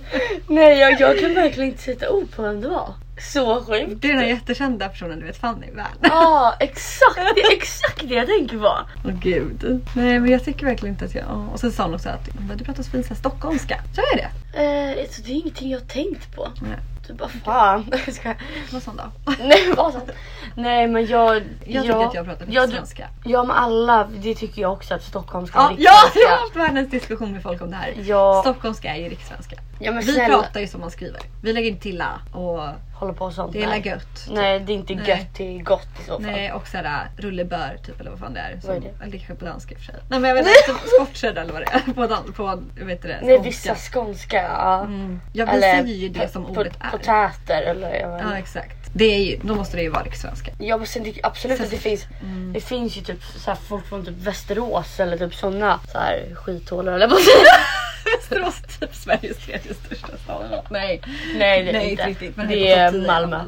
S1: Nej jag, jag kan verkligen inte sätta ord på vem det var. Så sjukt.
S2: Det är den här jättekända personen du vet, Fanny Wern.
S1: Ja exakt, det är exakt det jag tänker på.
S2: Åh gud. Nej men jag tycker verkligen inte att jag... ja. Och sen sa hon också att hon bara, du pratar så fin så här stockholmska. Så är det.
S1: Eh, alltså, det är ingenting jag har tänkt på.
S2: Nej.
S1: Typ bara fan. Jag skojar.
S2: Någon sån dag.
S1: Nej, vad sant. Nej men jag...
S2: Jag tycker att jag pratar lite
S1: jag,
S2: svenska.
S1: Ja men alla, det tycker jag också att stockholmska
S2: Ja,
S1: är
S2: ja,
S1: rikssvenska.
S2: jag har haft världens diskussion med folk om det här.
S1: Ja.
S2: Stockholmska är ju rikssvenska.
S1: Ja, men
S2: Vi
S1: snälla.
S2: pratar ju som man skriver. Vi lägger inte till "a" och
S1: Håller på och sånt.
S2: det är la
S1: nej.
S2: gött.
S1: nej det är inte
S2: Nej.
S1: gött, det är gott i så fall.
S2: Nej och sådär rullebör typ eller vad fan det är. Som,
S1: Vad är det?
S2: Eller det kanske är på danska i och för sig. Nej men jag vet inte, typ sportkörd eller vad det är. På, dan, på vet du det,
S1: Nej,
S2: skånska.
S1: vissa skånska. Ja.
S2: Mm. Ja vi säger ju det
S1: po-
S2: som
S1: po-
S2: ordet är.
S1: Potäter eller jag vet
S2: Ja
S1: inte.
S2: exakt. Det är ju, då måste det ju vara rikssvenska.
S1: Ja men sen tycker jag absolut
S2: Sen-
S1: att det finns,
S2: Mm.
S1: det finns ju typ så här folk från typ Västerås eller typ såna så här skithålor eller vad säger
S2: Västerås typ Sveriges tredje största stad. Nej.
S1: Nej det är
S2: Nej,
S1: inte.
S2: inte riktigt, men
S1: det
S2: det är på topp
S1: är
S2: tio.
S1: Malmö.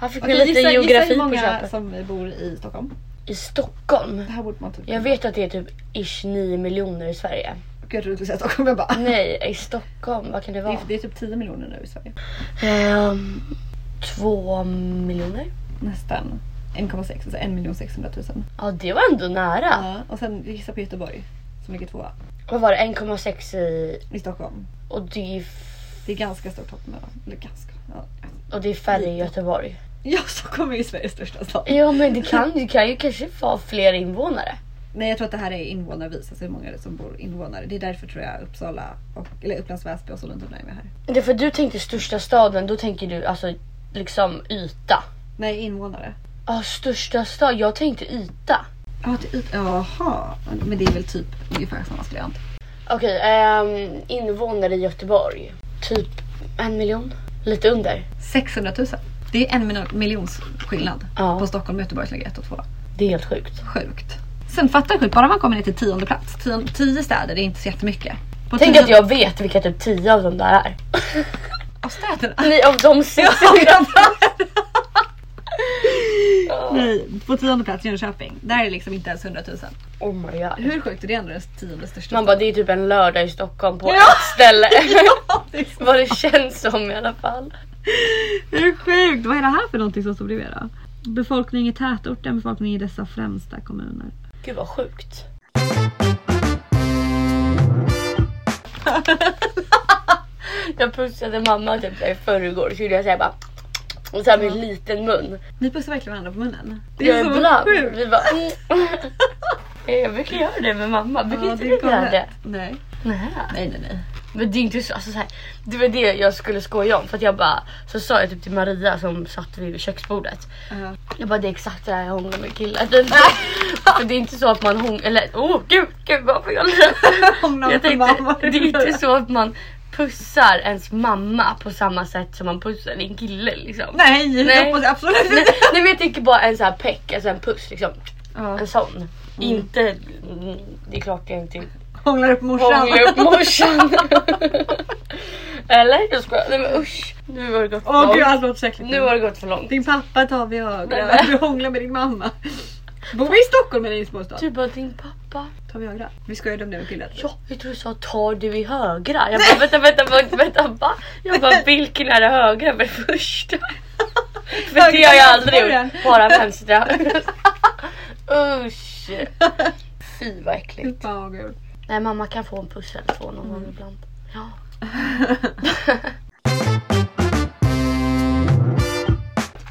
S1: Här fick vi
S2: Okej,
S1: lite
S2: gissa, gissa
S1: geografi
S2: hur
S1: på
S2: många
S1: köpet.
S2: som bor i Stockholm.
S1: I Stockholm?
S2: Det här borde man typ...
S1: Jag vet att det är typ ish 9 miljoner i Sverige.
S2: Gud jag trodde du skulle säga Stockholm. Jag bara...
S1: Nej, i Stockholm, vad kan det
S2: Det
S1: vara?
S2: är, det är typ 10 miljoner nu i Sverige.
S1: Ehm, två miljoner?
S2: Nästan. 1,6, alltså 1 600 000.
S1: Ja det var ändå nära.
S2: Ja. Och sen gissa på Göteborg som ligger tvåa.
S1: Vad var det? 1,6 i...
S2: I Stockholm.
S1: Och det är, f-
S2: Det är ganska stort hopp med Eller ganska. Ja,
S1: och det är färre i Göteborg.
S2: ja Stockholm är ju Sveriges största stad.
S1: Ja men det kan, det kan ju kanske vara fler invånare.
S2: Nej jag tror att det här är invånarvis, alltså hur många det är som bor invånare. Det är därför tror jag Uppsala, och, eller Upplands Väsby och Sollentuna är med här.
S1: Det är för du tänkte största staden, då tänker du alltså liksom yta.
S2: Nej invånare.
S1: Ja största stad, jag tänkte yta.
S2: Ja, till yt- Jaha, men det är väl typ ungefär samma skulle jag anta.
S1: Okej, ehm, invånare i Göteborg. Typ en miljon? Lite under.
S2: 600 000. Det är en mil- miljons skillnad
S1: Ja.
S2: på Stockholm och Göteborg som ligger ett och två.
S1: Det är helt sjukt.
S2: Sjukt. Sen fattar jag sjukt, bara man kommer ner till tionde plats. Tio, tio städer är inte så jättemycket. På
S1: Tänk
S2: tionde-
S1: att jag vet vilka typ 10 av dem där är.
S2: Av städerna?
S1: Nej, av de 600.
S2: Nej, på tionde plats Jönköping. Där är det liksom inte ens 100 000.
S1: Oh my god.
S2: Hur sjukt är det ändå den tionde största
S1: Man bara det är typ en lördag i Stockholm på
S2: Ja.
S1: ett ställe.
S2: Ja, det är så-
S1: Vad det känns som i alla fall.
S2: Hur sjukt? Vad är det här för någonting som står bredvid då? Befolkning i tätorten, befolkning i dessa främsta kommuner.
S1: Gud vad sjukt. jag pussade mamma typ där i förrgår så gjorde jag såhär bara och så här med liten mun.
S2: Ni pussar verkligen varandra på munnen.
S1: Jag är bland. Vi bara mm. Jag brukar göra det med mamma, brukar
S2: Ja,
S1: inte
S2: det
S1: du
S2: är
S1: göra
S2: galet.
S1: det?
S2: Nej.
S1: Nej.
S2: nej, nej, nej.
S1: Men det är inte så, alltså så här, det var det jag skulle skoja om för att jag bara, så sa jag typ till Maria som satt vid köksbordet.
S2: Ja.
S1: Jag bara det är exakt så här jag hånglar med killar. Det, för det är inte så att man hånglar, eller oh gud, gud vad fel.
S2: Hånglar
S1: jag
S2: med
S1: tänkte,
S2: mamma.
S1: det är inte så att man pussar ens mamma på samma sätt som man pussar en kille liksom.
S2: Nej,
S1: Nej.
S2: jag hoppas jag absolut
S1: Nej,
S2: inte.
S1: nej men jag tänker bara en sån här peck, alltså en puss liksom.
S2: Ja.
S1: En sån. Inte, mm, det är klart jag inte
S2: Hånglar upp morsan.
S1: Hångla upp morsan. Eller? Jag skojar. Nej men usch. Nu har det gått för
S2: Åh gud,
S1: långt.
S2: allt låter så äckligt.
S1: Nu har det gått för långt.
S2: Din pappa tar vi i
S1: Nej,
S2: ögonen.
S1: men-
S2: Du hånglar med din mamma. Bor vi i Stockholm eller i en småstad?
S1: Du typ bara din pappa.
S2: Tar vi i ögonen. Vi ska ju döma dig killar.
S1: Ja, jag tror du sa tar du i högra? Jag bara vänta vänta vänta vänta. Va? Jag bara vilken är det högra för det första? För det har jag aldrig gjort. Bara vänstra. Usch. Fy vad äckligt.
S2: Fan vad gud.
S1: Nej mamma kan få en puss eller två någon gång ibland. Ja.
S2: Ja,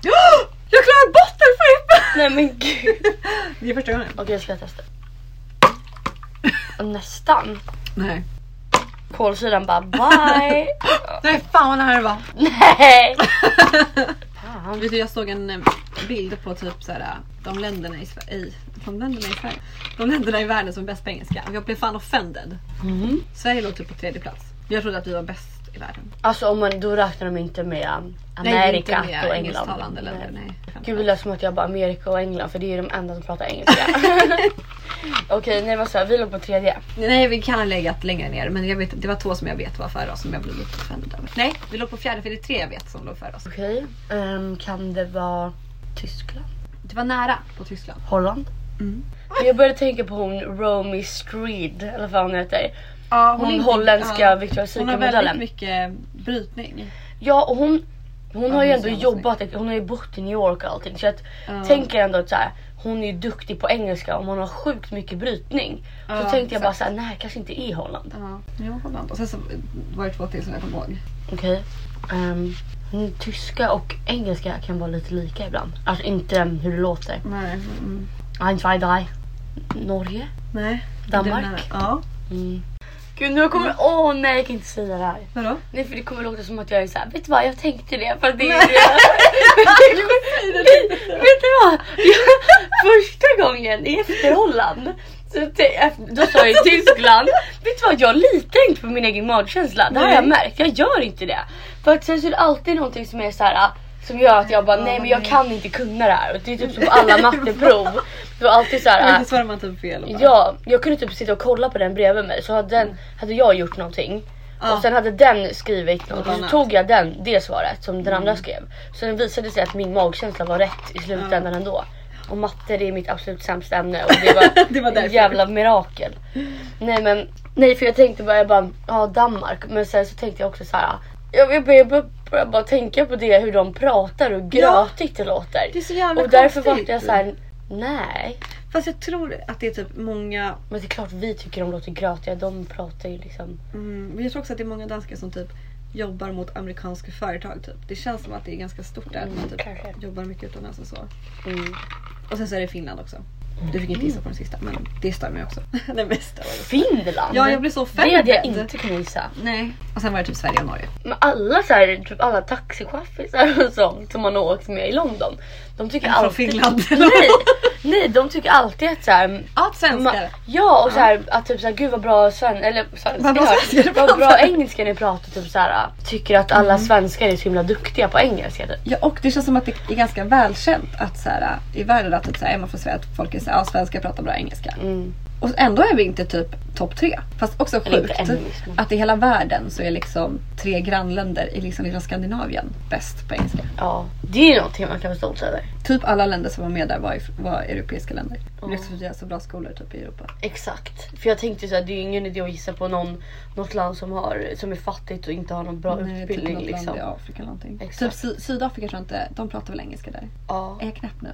S2: Jag klarar bottenflippen!
S1: Nej men gud.
S2: Det är första gången.
S1: Okej jag ska testa. Nästan.
S2: Nej.
S1: Kolsyran bara bye.
S2: Nej fan vad nära det var.
S1: Nej. Fan.
S2: Vet du, jag såg en eh, bild på typ såhär, de länderna i Sverige, i, de länderna i Sverige, de länderna i världen som är bäst på engelska. Jag blev fan offended.
S1: Mhm.
S2: Sverige låg typ på tredje plats. Jag trodde att vi var bäst i världen.
S1: Alltså om man, då räknar de inte med um,
S2: Nej, det är
S1: Amerika
S2: inte med
S1: och England.
S2: engelsktalande länder. Nej.
S1: Gud det lät som att jag bara Amerika och England för det är ju de enda som pratar engelska. Okej nej vad sa jag? vi låg på tredje.
S2: Nej vi kan ha legat längre ner men jag vet, det var två som jag vet var före oss som jag blev lite offended över. Nej vi låg på fjärde för det är tre jag vet som låg före oss.
S1: Okej, ehm, kan det vara Tyskland?
S2: Det var nära på Tyskland.
S1: Holland?
S2: Mm.
S1: Men jag började tänka på hon Romy Street, eller vad hon heter.
S2: Ja,
S1: Hon
S2: är inte-
S1: holländska
S2: ja.
S1: Victoria's
S2: Hon har väldigt
S1: Secret-modellen.
S2: mycket brytning.
S1: Ja och hon, hon
S2: Ja,
S1: har ju
S2: hon är
S1: ändå
S2: så jävla
S1: jobbat, hon har ju bott i New York och allting. Så att
S2: Ja.
S1: tänker ändå att så här, hon är ju duktig på engelska och hon har sjukt mycket brytning. Så
S2: Ja,
S1: tänkte jag bara
S2: exakt.
S1: såhär, nej kanske inte i Holland.
S2: Ja, jo, Holland. Och sen så var det två till som jag kommer ihåg.
S1: Okej. Ehm, mm, tyska och engelska kan vara lite lika ibland. Alltså inte mm, hur det låter.
S2: Nej. Mm.
S1: Ein, zwei, drei. Norge?
S2: Nej.
S1: Danmark?
S2: Du menar- Ja.
S1: Mm. Gud nu kommer Åh nej jag kan inte säga det här.
S2: Vadå?
S1: Nej för det kommer låta som att jag är såhär, vet du vad jag tänkte det för att det är det. Nej, vet du vad? Jag, första gången i efterhålland så te- eff- då sa jag i Tyskland, vet du vad jag litar inte på min egen magkänsla. Det har jag märkt, jag gör inte det. För att sen så är det alltid någonting som är så här. ah, Som gör att jag bara nej men jag kan inte kunna det här. Och det är typ som på alla matteprov. Det var alltid så här.
S2: Men
S1: ah,
S2: då svarar man typ fel. bara.
S1: Ja, jag kunde typ sitta och kolla på den bredvid mig så hade, den, hade jag gjort någonting
S2: Ja.
S1: och sen hade den skrivit något och så
S2: annat. Mm.
S1: tog jag den, det svaret som den andra skrev. Så det visade sig att min magkänsla var rätt i slutändan ändå. Och matte det är mitt absolut sämsta ämne och det var,
S2: Det var därför.
S1: jävla mirakel. Nej men, nej för jag tänkte bara, jag bara ja Danmark men sen så tänkte jag också så här. Jag, jag började bara, började bara tänka på det hur de pratar och grötigt det låter.
S2: Det är så jävla
S1: och därför var
S2: konstigt.
S1: jag så här. nej.
S2: Fast jag tror att det är typ många,
S1: Men det är klart vi tycker de låter grötiga, de pratar ju liksom...
S2: mm, men jag tror också att det är många danskar som typ jobbar mot amerikanska företag typ. Det känns som att det är ganska stort där. att Man typ
S1: Mm, kanske.
S2: jobbar mycket utomlands och så.
S1: Mm.
S2: Och sen så är det Finland också. Du fick inte gissa på den sista men det stör mig också. Nej men stör
S1: Mm.
S2: mig.
S1: Finland!
S2: Ja jag blev så
S1: det hade jag
S2: förberedd.
S1: inte kunnat gissa.
S2: Nej. Och sen var det typ Sverige och Norge.
S1: Men alla så här, typ alla taxichaffisar och sånt som man har åkt med i London. De tycker
S2: Är från
S1: alltid...
S2: Finland.
S1: Nej! Nej, de tycker alltid att så här,
S2: Ja
S1: ma-
S2: svenskar.
S1: Ja och så här, att typ så här, gud vad bra sven... eller svenskar
S2: Vad bra
S1: har-
S2: svenskar du
S1: Vad bra
S2: pratar.
S1: engelska ni pratar Mm. typ så här. Tycker att alla svenskar är så himla duktiga på engelska typ.
S2: Ja och det känns som att det är ganska välkänt att så här, i världen att typ, så här, är man från Sverige att folk är så här, ja svenskar pratar bra engelska.
S1: Mm.
S2: Och ändå är vi inte typ topp tre. Fast också
S1: Eller inte
S2: sjukt
S1: ännu, liksom.
S2: att i hela världen så är liksom tre grannländer i liksom lilla Skandinavien bäst på engelska.
S1: Ja, det är ju någonting man kan vara stolt över.
S2: Typ alla länder som var med där var, if- var europeiska länder.
S1: Ja.
S2: Det är också för att vi har så bra skolor typ i Europa.
S1: Exakt. För jag tänkte så här, det är ju ingen idé att gissa på någon, något land som, har, som är fattigt och inte har någon bra
S2: Nej, typ
S1: utbildning.
S2: något
S1: liksom.
S2: land i Afrika eller någonting.
S1: Exakt.
S2: Typ Sy- Sydafrika tror jag inte, de pratar väl engelska där.
S1: ja.
S2: Är jag knäpp nu?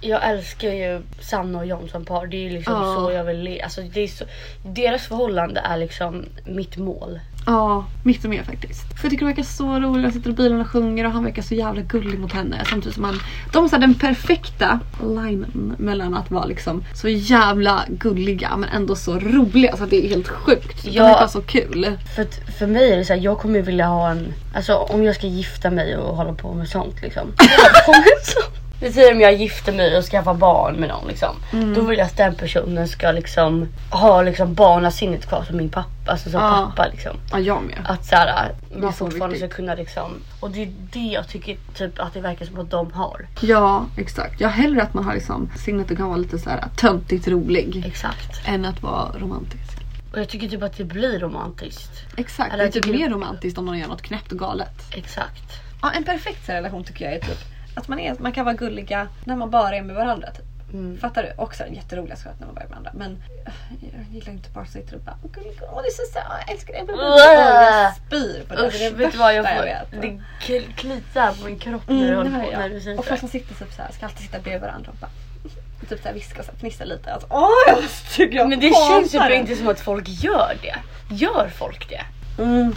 S1: Jag älskar ju Sanna och John som par. Det är ju liksom
S2: Ja.
S1: så jag vill le. Alltså, det är så, deras förhållande är liksom mitt mål.
S2: Ja, mitt och mer faktiskt. För jag tycker de verkar så roliga, de sitter i bilen och sjunger och han verkar så jävla gullig mot henne. Samtidigt som han, de har så här den perfekta linen mellan att vara liksom så jävla gulliga men ändå så roliga så att det är helt sjukt.
S1: Ja.
S2: De verkar ha så kul.
S1: För, att, för mig är det så här, jag kommer ju vilja ha en... Alltså om jag ska gifta mig och hålla på med sånt liksom. Hålla på med sånt. Det säger om jag gifter mig och skaffar barn med någon liksom.
S2: Mm.
S1: Då vill jag att den personen ska liksom ha liksom barnasinnet kvar som min pappa. Alltså som
S2: Ja.
S1: pappa liksom.
S2: Ja, jag med.
S1: Att såhär, man
S2: så
S1: fortfarande ska
S2: viktigt.
S1: kunna liksom. Och det är det jag tycker typ att det verkar som att de har.
S2: Ja, exakt. Jag hellre att man har liksom sinnet och kan vara lite så här töntigt rolig
S1: Exakt.
S2: än att vara romantisk.
S1: Och jag tycker typ att det blir romantiskt.
S2: Exakt,
S1: Eller
S2: det är typ
S1: tycker du-
S2: mer romantiskt om någon gör något knäppt och galet.
S1: Exakt.
S2: Ja, en perfekt så här relation tycker jag är typ att man, är, man kan vara gulliga när man bara är med varandra. Typ.
S1: Mm.
S2: Fattar du? Också jätteroliga såklart när man bara är med varandra. Men eh, jag gillar inte bara att sitta och bara åh gullig, åh det är så söt, jag älskar dig. Åh, Jag spyr på det.
S1: Usch,
S2: det är det
S1: vet du vad jag
S2: värsta
S1: får?
S2: vet.
S1: det kl- kliar på min kropp när du
S2: Mm, det
S1: håller
S2: hör
S1: på. När du
S2: jag.
S1: säger
S2: Och
S1: så här.
S2: folk som sitter typ så här ska alltid sitta bredvid varandra och bara typ så här viska och så här fnissa lite. Alltså, åh, jag tycker jag
S1: Men det
S2: hatar
S1: känns ju typ
S2: det.
S1: inte som att folk gör det. Gör folk det?
S2: Mm,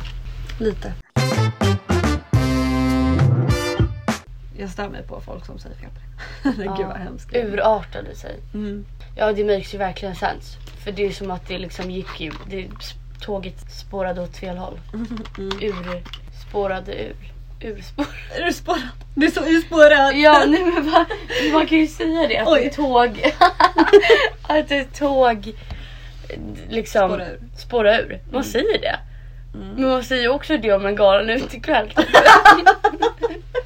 S2: lite. Jag stör mig på folk som säger fel. Nej, Gud vad hemskt.
S1: Urartade sig.
S2: Mm.
S1: Ja det märks ju verkligen sens. För det är som att det liksom gick ju, det, tåget spårade åt fel håll.
S2: Mm.
S1: Ur, spårade ur. Urspår.
S2: Är du spårad? Du är så urspårad.
S1: Ja nej, men va, man kan ju säga det att
S2: Oj.
S1: ett tåg... att ett tåg liksom
S2: Spåra ur. Mm.
S1: spåra ur. Man säger det. Men man säger ju också det om en galen utekväll.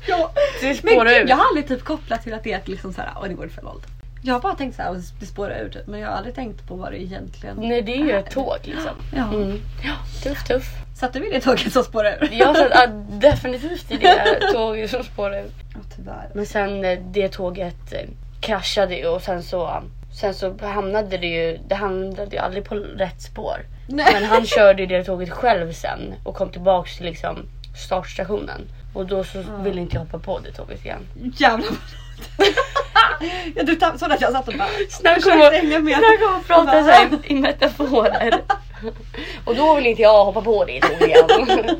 S2: Ja.
S1: Det
S2: Men
S1: spårar
S2: gud,
S1: ur.
S2: jag har aldrig typ kopplat till att det är ett liksom såhär, åh det går åt fel håll. Jag har bara tänkt så här, och det spårar ur typ, men jag har aldrig tänkt på vad det egentligen
S1: Nej det är ju ett tåg liksom.
S2: Ja.
S1: Mm. Ja, tuff tuff.
S2: Satt du i det tåget som spårar ur?
S1: Jag satt ah, definitivt i det tåget som spårade ur.
S2: Ja, tyvärr.
S1: Men sen eh, det tåget eh, kraschade ju och sen så, eh, sen så hamnade det ju, det hamnade ju aldrig på rätt spår.
S2: Nej.
S1: Men han körde ju det tåget själv sen och kom tillbaks till liksom startstationen. Och då så ville inte jag hoppa på det tåget igen.
S2: Jävlar vad ja, Du tapp- såg att jag satt och bara
S1: Snacka om
S2: försökte hänga med.
S1: att och prata så här i metaforer. och då vill inte jag hoppa på det tåget igen.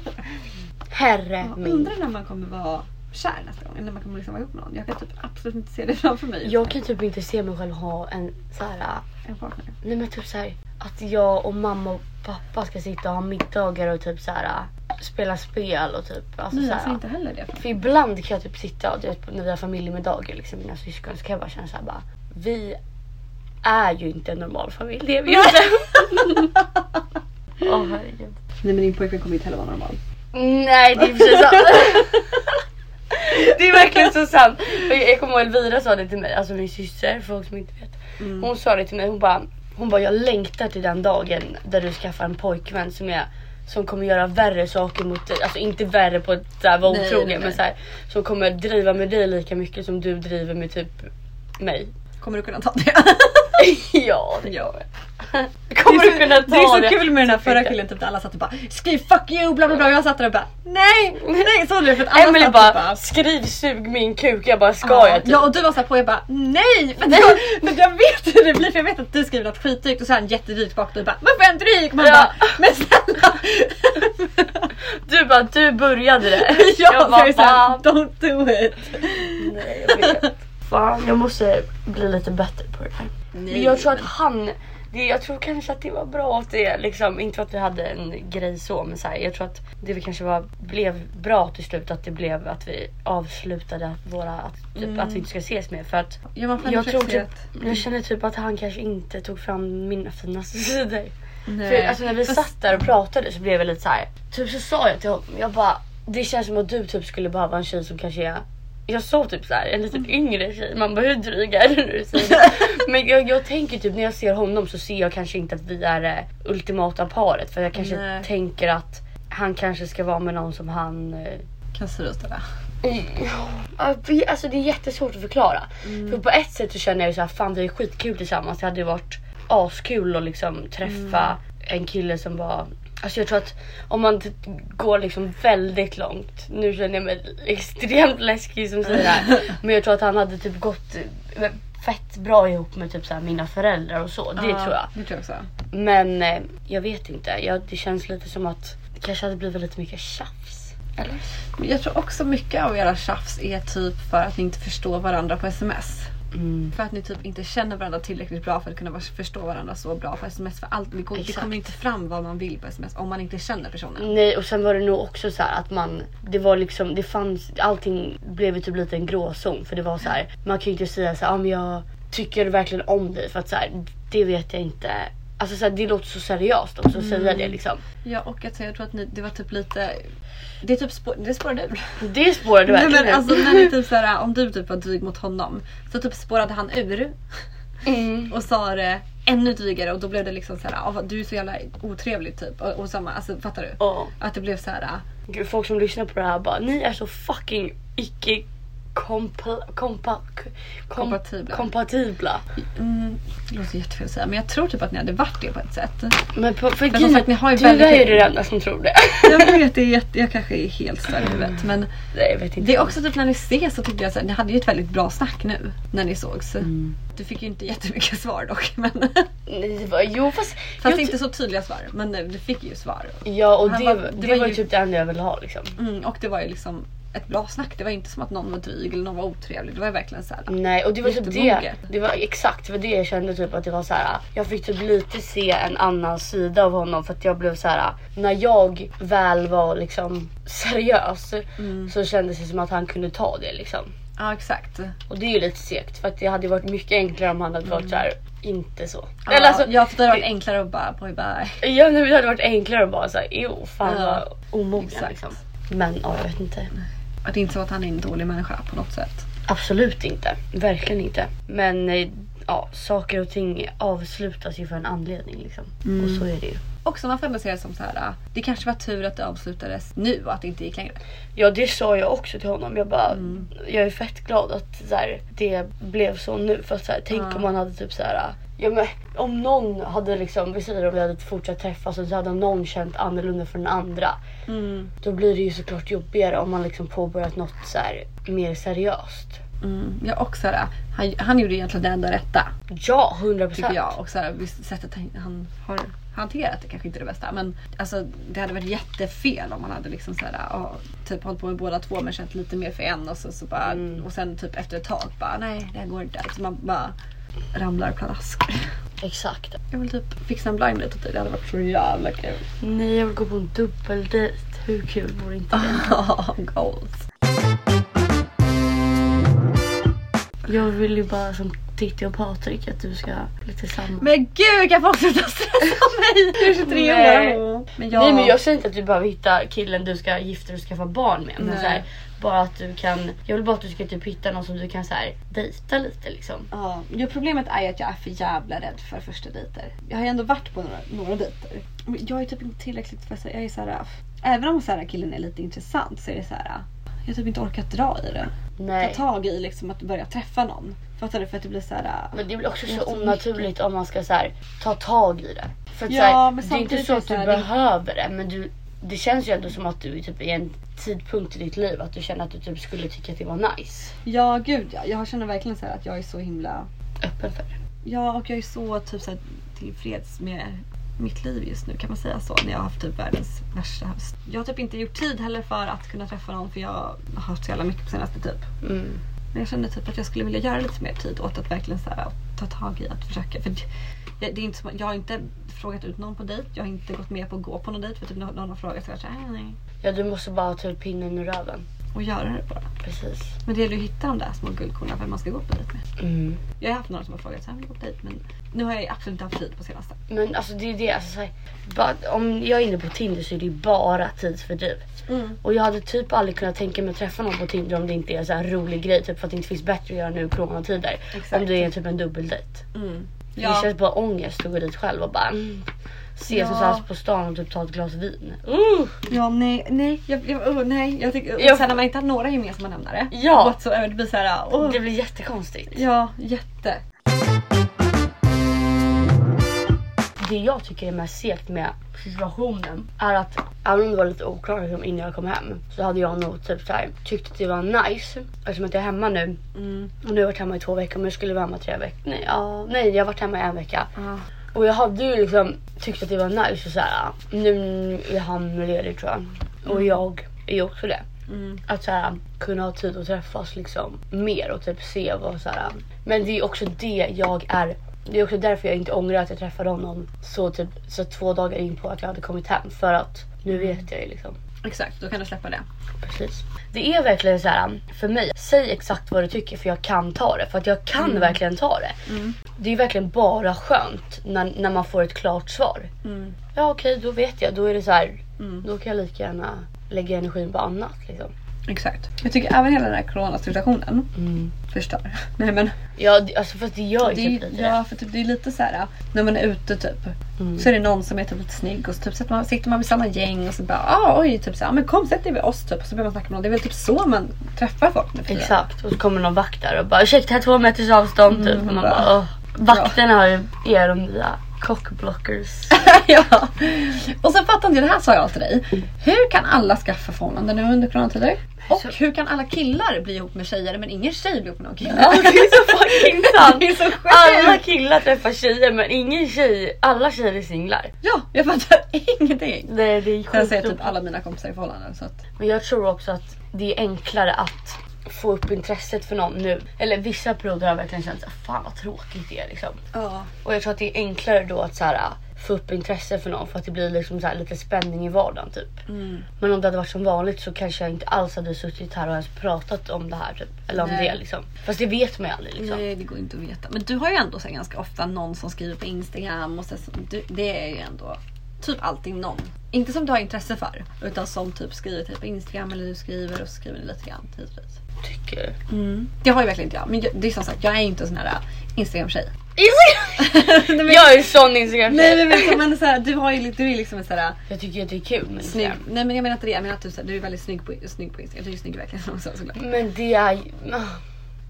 S1: Herre
S2: Jag
S1: min.
S2: undrar när man kommer vara kär nästa gång. Eller när man kommer liksom vara ihop med någon. Jag kan typ absolut inte se det framför mig.
S1: Jag kan typ inte se mig själv ha en så här
S2: En partner.
S1: Nej men typ såhär att jag och mamma och pappa ska sitta och ha middagar och typ såhär äh, spela spel och typ alltså
S2: Nej,
S1: såhär.
S2: jag ser inte heller det.
S1: För ibland kan jag typ sitta och du vet, när vi har familjemiddagar liksom mina syskon så kan jag bara känna såhär bara vi är ju inte en normal familj det är vi ju inte. Åh herregud.
S2: Nej men din pojkvän kommer inte heller vara normal.
S1: Nej det är precis sant. Det är verkligen så sant. För Jag kommer ihåg Elvira sa det till mig, alltså min syster för folk som inte vet.
S2: Mm.
S1: Hon sa det till mig, hon bara, hon bara jag längtar till den dagen där du skaffar en pojkvän som är som kommer göra värre saker mot dig. Alltså inte värre på att så här vara
S2: Nej, nej,
S1: otrogen men
S2: nej.
S1: så här, som kommer driva med dig lika mycket som du driver med typ mig.
S2: Kommer du kunna ta det?
S1: ja det
S2: ja.
S1: kommer
S2: det är
S1: du
S2: så,
S1: kunna ta
S2: det är så
S1: det.
S2: kul med den här förra killen, typ där alla satt och bara skriv fuck you bla bla bla och jag satt där och bara nej, nej såg du det? För att alla
S1: Emily
S2: satt och
S1: bara skriv sug min kuk jag bara ska jag typ.
S2: typ Ja och du var såhär på jag bara nej! För att jag, för att jag vet hur det blir för jag vet att du skriver något skitdrygt och så är han jättedyrt bak och du bara varför är han dryg? Man
S1: Ja.
S2: bara men snälla!
S1: Du bara du började det.
S2: Jag,
S1: Jag
S2: jag
S1: bara,
S2: bara såhär
S1: fan.
S2: don't do it!
S1: Nej, jag vet. Fan, jag måste bli lite bättre på det här. Men jag tror att han, det, jag tror kanske att det var bra att det liksom, inte för att vi hade en grej så men så här, jag tror att det vi kanske var, blev bra till slut att det blev att vi avslutade att våra, att, typ, att vi inte ska ses mer för att
S2: Ja, man får
S1: jag
S2: jag
S1: tror
S2: se
S1: typ,
S2: att...
S1: jag känner typ att han kanske inte tog fram mina finaste sidor. För
S2: Nej.
S1: alltså när vi
S2: Fast-
S1: satt där och pratade så blev jag lite så här. Typ så sa jag till honom, jag bara det känns som att du typ skulle behöva en tjej som kanske är jag såg typ så här, en
S2: Mm.
S1: lite yngre tjej, man bara hur dryg är du nu? säger du? Men jag, jag tänker typ när jag ser honom så ser jag kanske inte att vi är det ultimata paret för jag kanske
S2: Nej.
S1: tänker att han kanske ska vara med någon som han... eh,
S2: Kan surrösta
S1: Ja, vi- Alltså det är jättesvårt att förklara. För på ett sätt så känner jag ju så här, fan vi är skitkul tillsammans. Det hade ju varit askul att liksom träffa en kille som var... Alltså jag tror att om man t- går liksom väldigt långt. Nu känner jag mig extremt läskig som säger det här. Men jag tror att han hade typ gått eh, fett bra ihop med typ så här mina föräldrar och så. Det tror jag.
S2: Det tror jag också.
S1: Men eh, jag vet inte. Jag, det känns lite som att det kanske hade blivit lite mycket tjafs. Eller?
S2: Men jag tror också mycket av era tjafs är typ för att ni inte förstår varandra på sms.
S1: Mm.
S2: För att ni typ inte känner varandra tillräckligt bra för att kunna vars- förstå varandra så bra på sms. För allt, det, går, det
S1: Exakt. Mm.
S2: kommer inte fram vad man vill på sms om man inte känner personen.
S1: Nej och sen var det nog också så här att man, det var liksom, det fanns, allting blev ju typ lite en gråzon för det var så här, man kan ju inte säga så här, ah, men jag tycker verkligen om dig för att så här, det vet jag inte. Alltså så här, det låter så seriöst också att säga
S2: Mm.
S1: det liksom.
S2: Ja och jag tror, jag tror att ni, det var typ lite... Det är typ spår, det spårade ur.
S1: Det spårade
S2: Nej,
S1: verkligen
S2: men
S1: ur.
S2: alltså när ni typ såhär, om du typ var dryg mot honom så typ spårade han ur
S1: mm.
S2: och sa det ännu drygare och då blev det liksom såhär, ah, vad- du är så jävla otrevlig typ. Och, och samma, alltså fattar du?
S1: Ja.
S2: Att det blev "Ah, såhär,
S1: Gud, folk som lyssnar på det här bara, ni är så fucking icke kompa, kompa, k- kom,
S2: Kompatibla.
S1: kompatibla.
S2: Mm, det låter jättefel att säga men jag tror typ att ni hade varit det på ett sätt.
S1: Men på, för
S2: som
S1: grejen-
S2: sagt, ni har ju
S1: du
S2: väldigt-
S1: är ju den enda som tror det.
S2: Jag vet, det är jätte, jag kanske är helt störd i huvudet men
S1: Nej, jag vet inte.
S2: det är också typ när ni ses så tyckte jag att ni hade ju ett väldigt bra snack nu när ni sågs.
S1: Mm.
S2: Du fick ju inte jättemycket svar dock. Men, fast
S1: Nej, det var, jo fast... jag ty-
S2: inte så tydliga svar men du fick ju svar.
S1: Ja och
S2: Han
S1: det,
S2: var-
S1: det,
S2: det
S1: var,
S2: var
S1: ju
S2: ju-
S1: typ det enda jag ville ha liksom.
S2: Mm, och det var ju liksom ett bra snack. Det var inte som att någon var dryg eller någon var otrevlig. Det var ju verkligen såhär.
S1: Nej och det var typ det,
S2: Jättemoget.
S1: det var exakt det var det jag kände typ att det var så här. Jag fick typ lite se en annan sida av honom för att jag blev så här. När jag väl var liksom seriös
S2: Mm.
S1: så kändes det som att han kunde ta det liksom.
S2: Ja exakt.
S1: Och det är ju lite segt för att det hade varit mycket enklare om han hade varit så här. Inte så.
S2: Mm. Ja,
S1: Eller alltså,
S2: jag tyckte det var enklare att bara boy bye.
S1: Ja, nej, men det hade varit enklare att bara såhär, jo fan
S2: Ja.
S1: vad omogen
S2: Exakt.
S1: liksom. Men ja, jag vet inte.
S2: Att det är inte så att han är en dålig människa på något sätt.
S1: Absolut inte. Verkligen inte. Men eh, ja, saker och ting avslutas ju för en anledning liksom.
S2: Mm.
S1: Och så är det ju.
S2: Också man får ändå se det som så här. ah, Det kanske var tur att det avslutades nu och att det inte gick längre.
S1: Ja det sa jag också till honom. Jag bara,
S2: Mm.
S1: jag är fett glad att så här, det blev så nu. För att, så här, tänk om man hade typ så här. Ja, men, om någon hade liksom, vi säger om vi hade fortsatt träffas och så hade någon känt annorlunda för den andra.
S2: Mm.
S1: Då blir det ju såklart jobbigare om man liksom påbörjat något så här, mer seriöst.
S2: Ja, och så här, äh, han, han gjorde egentligen det enda rätta
S1: Ja, 100
S2: tycker
S1: procent.
S2: jag. Och så här, visst, sättet han- han har hanterat det kanske inte är det bästa. Men alltså, det hade varit jättefel om man hade liksom så här, ah, typ hållit på med båda två men känt lite mer för en och, så, så bara,
S1: Mm.
S2: och sen typ efter ett tag bara nej det här går inte. Så man bara ramlar pladask.
S1: Exakt.
S2: Jag vill typ fixa en blind date åt dig. Det hade varit så jävla kul.
S1: Nej, jag vill gå på en dubbeldejt. Hur kul vore inte det?
S2: Goals.
S1: Jag vill ju bara som Titti och Patrik att du ska bli tillsammans.
S2: Men gud kan folk sluta stressa mig? Du är 23
S1: Nej.
S2: år. Men
S1: Nej men jag säger inte att du behöver hitta killen du ska gifta dig och skaffa barn med. Men
S2: Nej.
S1: så här, bara att du kan, jag vill bara att du ska typ hitta någon som du kan så här, dejta lite liksom.
S2: Ja, ja, problemet är ju att jag är för jävla rädd för första dejter. Jag har ju ändå varit på några, några dejter. Men jag är typ inte tillräckligt för så jag är så här, även om så här killen är lite intressant så är det så här jag har typ inte orkat dra i det.
S1: Nej.
S2: Ta tag i liksom att börja träffa någon. Fattar du? För att det blir så här
S1: Men det blir också
S2: Det är
S1: så
S2: så
S1: onaturligt om man ska så här, ta tag i det. För att,
S2: Ja,
S1: så här,
S2: men
S1: det är inte
S2: samtidigt
S1: så
S2: är
S1: att
S2: det
S1: du
S2: så här, det-
S1: behöver det men du, det känns ju ändå som att du är typ i en tidpunkt i ditt liv att du känner att du typ skulle tycka att det var nice.
S2: ja gud ja. Jag känner verkligen så här att jag är så himla
S1: Öppen för det.
S2: Ja, och jag är så typ så här, tillfreds med mitt liv just nu. Kan man säga så? När jag har haft typ världens värsta höst. Jag har typ inte gjort tid heller för att kunna träffa någon för jag har haft så jävla mycket på senaste typ.
S1: Mm.
S2: Men jag känner typ att jag skulle vilja göra lite mer tid åt att verkligen så här, ta tag i att försöka. För det, jag, det är inte som, jag har inte frågat ut någon på dejt. Jag har inte gått med på att gå på någon dejt för typ någon, någon har frågat så har jag varit så här, "Äh, nej.
S1: Ja du måste bara ha typ pinnen ur röven.
S2: Och göra det bara.
S1: Precis.
S2: Men det gäller ju att hitta de där små guldkornen vem man ska gå på dejt med.
S1: Mm.
S2: Jag har haft några som har frågat så här, "Vill du gå på dejt men nu har jag absolut inte haft tid på senaste.
S1: Men alltså det är det. Alltså, så här, bara, om jag är inne på Tinder så är det ju bara tidsfördriv.
S2: Mm.
S1: Och jag hade typ aldrig kunnat tänka mig att träffa någon på Tinder om det inte är en så här rolig grej. Typ för att det inte finns bättre att göra nu i coronatider.
S2: Exakt.
S1: Om det är typ en dubbeldejt.
S2: Mm. Ja.
S1: Det känns bara ångest att gå dit själv och bara mm, ses och
S2: Ja.
S1: såhär på stan och typ ta ett glas vin. Uh,
S2: Ja, nej, nej, jag, jag, oh, nej. Jag tycker, och
S1: Jag-
S2: Sen när man inte har några gemensamma nämnare.
S1: Ja.
S2: Whatsoever, det blir så här, oh,
S1: Det blir jättekonstigt.
S2: Ja, jätte.
S1: Det jag tycker är mest segt med situationen är att även om det var lite oklart liksom, innan jag kom hem så hade jag nog typ så här, tyckt att det var nice eftersom att jag är hemma nu.
S2: Mm.
S1: Och nu har jag varit hemma i två veckor men jag skulle vara hemma tre veckor. Nej, ja, nej jag har varit hemma i en vecka. Och jag hade ju liksom tyckt att det var nice och så här. nu är han ledig tror jag. Och jag är ju också det. Att så här, kunna ha tid att träffas liksom mer och typ se vad så här. Men det är också det jag är. Det är också därför jag inte ångrar att jag träffade honom så typ så två dagar in på att jag hade kommit hem för att nu vet jag ju liksom.
S2: Exakt, då kan du släppa det.
S1: Precis. Det är verkligen så här um, för mig. Säg exakt vad du tycker för jag kan ta det för att jag kan verkligen ta det. Det är verkligen bara skönt när, när man får ett klart svar. Ja okej, då vet jag. Då är det så här. Då kan jag lika gärna lägga energin på annat liksom.
S2: Exakt. Jag tycker även hela den här coronasituationen förstör. Nej men.
S1: Ja, det, alltså fast det gör ju
S2: Det är,
S1: typ lite
S2: ja, för typ, det är lite så här när man är ute typ. Så är det någon som är typ lite snygg och så typ, sätter man, sitter man vid samma gäng och så bara ah, oj typ så här, men kom sätt dig vid oss typ. Och så börjar man snacka med någon. Det är väl typ så man träffar folk nu för
S1: det.
S2: tiden.
S1: Exakt. Och så kommer någon vakt där och bara ursäkta, här är två meters avstånd typ. Och man bara, "Åh." Vakterna har ju är de nya cockblockers.
S2: ja. Och sen fattar inte jag, det här sa jag till dig. Hur kan alla skaffa förhållanden nu under coronatider? Och hur kan alla killar bli ihop med tjejer men ingen tjej blir ihop med någon kille?
S1: Ja, det är så fucking sant.
S2: Det är så sjukt.
S1: Alla killar träffar tjejer men ingen tjej, alla tjejer är singlar.
S2: Ja, jag fattar ingenting.
S1: Nej det är sjukt.
S2: Sen säger typ
S1: otroligt.
S2: alla mina kompisar i förhållanden. Så att,
S1: Men jag tror också att det är enklare att få upp intresset för någon nu. Eller vissa perioder har jag verkligen känt såhär, fan vad tråkigt det är liksom.
S2: ja.
S1: Och jag tror att det är enklare då att så här, få upp intresse för någon för att det blir liksom så här, lite spänning i vardagen typ. Men om det hade varit som vanligt så kanske jag inte alls hade suttit här och ens pratat om det här typ. Eller om
S2: Nej.
S1: det liksom. Fast det vet man ju aldrig liksom.
S2: Nej det går inte att veta. Men du har ju ändå så här ganska ofta någon som skriver på Instagram och så, så du, det är ju ändå typ alltid någon. Inte som du har intresse för utan som typ skriver typ på Instagram eller du skriver och så skriver ni lite grann tidvis.
S1: Tycker.
S2: Det har ju verkligen inte jag. Men jag, det är som sagt, jag är inte en sån här äh, Instagram-tjej. Nej, men-
S1: Jag är en sån instagram
S2: Nej men, men, men så här, du, har ju, du är liksom en sån här
S1: Jag tycker att det är kul med
S2: snygg.
S1: Instagram.
S2: Nej men jag menar inte det. Jag menar att du, så här, du är väldigt snygg på, snygg på Instagram. Du är ju snygg verkligen också såklart.
S1: Men det är ju... ah,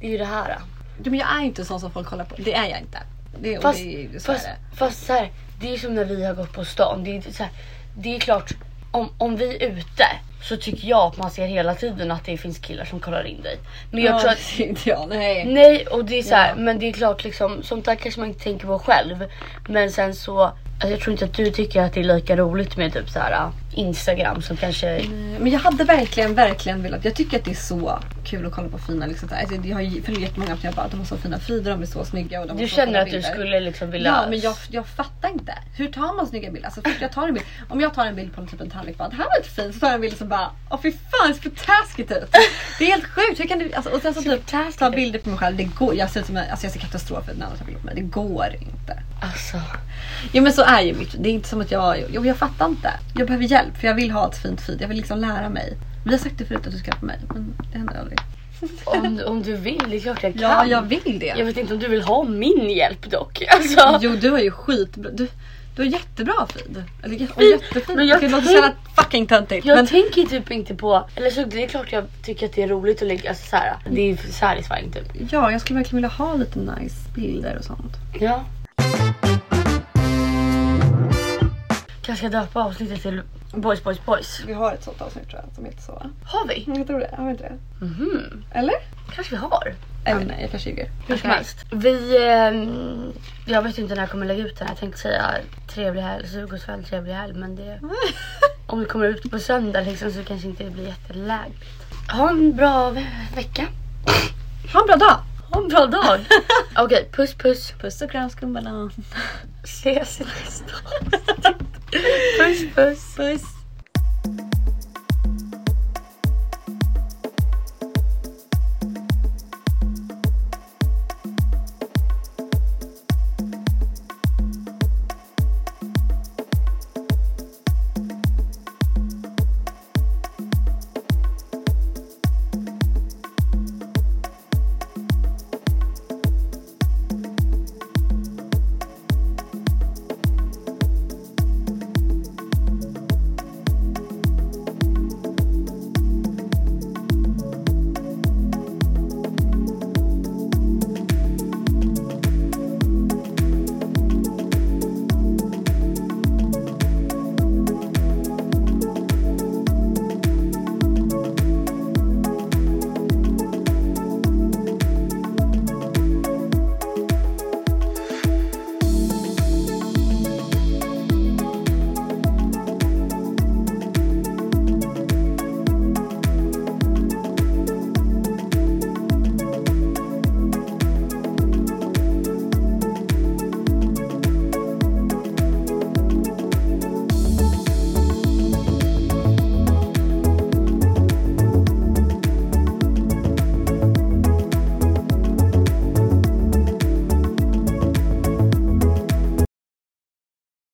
S1: Det är ju det här.
S2: Jo, men jag är inte sån som folk kollar på. Det är jag inte. Det, och
S1: Fast,
S2: det, är- så äh,
S1: fast,
S2: är det.
S1: fast så här, det är som när vi har gått på stan. Det är, inte så här, det är klart, om, om vi är ute så tycker jag att man ser hela tiden att det finns killar som kollar in dig. Men jag
S2: Ja,
S1: tror att
S2: det är inte jag. Nej.
S1: Nej och det är så här,
S2: Ja.
S1: men det är klart liksom sånt där kanske man inte tänker på själv. Men sen så, alltså jag tror inte att du tycker att det är lika roligt med typ så här ah, Instagram som kanske
S2: Mm. Men jag hade verkligen, verkligen velat. Jag tycker att det är så kul att kolla på fina. Liksom, så här. alltså, jag har ju följer jättemånga som jag bara, de har så fina frider, de är så snygga. Och de har
S1: du
S2: så
S1: känner
S2: fina
S1: att du
S2: bilder."
S1: skulle liksom vilja.
S2: Mm. Ja men jag, jag fattar inte. Hur tar man snygga bilder? Alltså först jag tar en bild. Om jag tar en bild på en typ en tallrik bara det här var lite fint. Så tar jag en bild som bara åh fy fan det ser för taskigt ut. Det är helt sjukt. Hur kan du? Alltså, och sen så typ ta bilder på mig själv. Det går, jag ser ut som en, alltså jag ser katastrof ut när andra tar bilder på mig. Det går inte.
S1: Alltså,
S2: Jo men så är ju mitt. Det är inte som att jag, jo jag fattar inte. Jag behöver hjälp för jag vill ha ett fint feed. Jag vill liksom lära mig. Vi har sagt det förut att du ska hjälpa mig men det händer aldrig.
S1: om, du- om du vill, det är klart jag kan.
S2: Ja jag vill det.
S1: Jag vet inte om du vill ha min hjälp dock. Alltså.
S2: Jo du har ju skitbra, du, du har jättebra feed. Eller jä- och
S1: Feed?
S2: jättefint.
S1: Men
S2: Men
S1: jag
S2: jag det låter så
S1: tänk-
S2: jävla fucking töntigt.
S1: Jag
S2: Men
S1: tänker typ inte på, eller så det är klart jag tycker att det är roligt att lägga, alltså såhär, det är satisfying typ.
S2: ja, jag skulle verkligen vilja ha lite nice bilder och sånt.
S1: Ja. Kanske ska döpa avsnittet till Boys Boys Boys.
S2: Vi har ett sånt avsnitt tror jag som heter så va?
S1: Har vi?
S2: Jag tror det, har vi inte det?
S1: Mhm.
S2: Eller?
S1: Kanske vi har.
S2: Eller Äh, nej, jag kanske ljuger.
S1: Hur som helst. Vi... ehm, jag vet inte när jag kommer lägga ut den. här. Jag tänkte säga trevlig helg, sug och svälj, trevlig helg. Men det... Om vi kommer ut på söndag liksom, så kanske inte det blir jättelägligt. Ha en bra ve- vecka.
S2: Ha en bra dag!
S1: Ha en bra dag. Okej, puss puss.
S2: Puss och kram skumbanan.
S1: Ses i nästa avsnitt. Puss puss.
S2: Puss.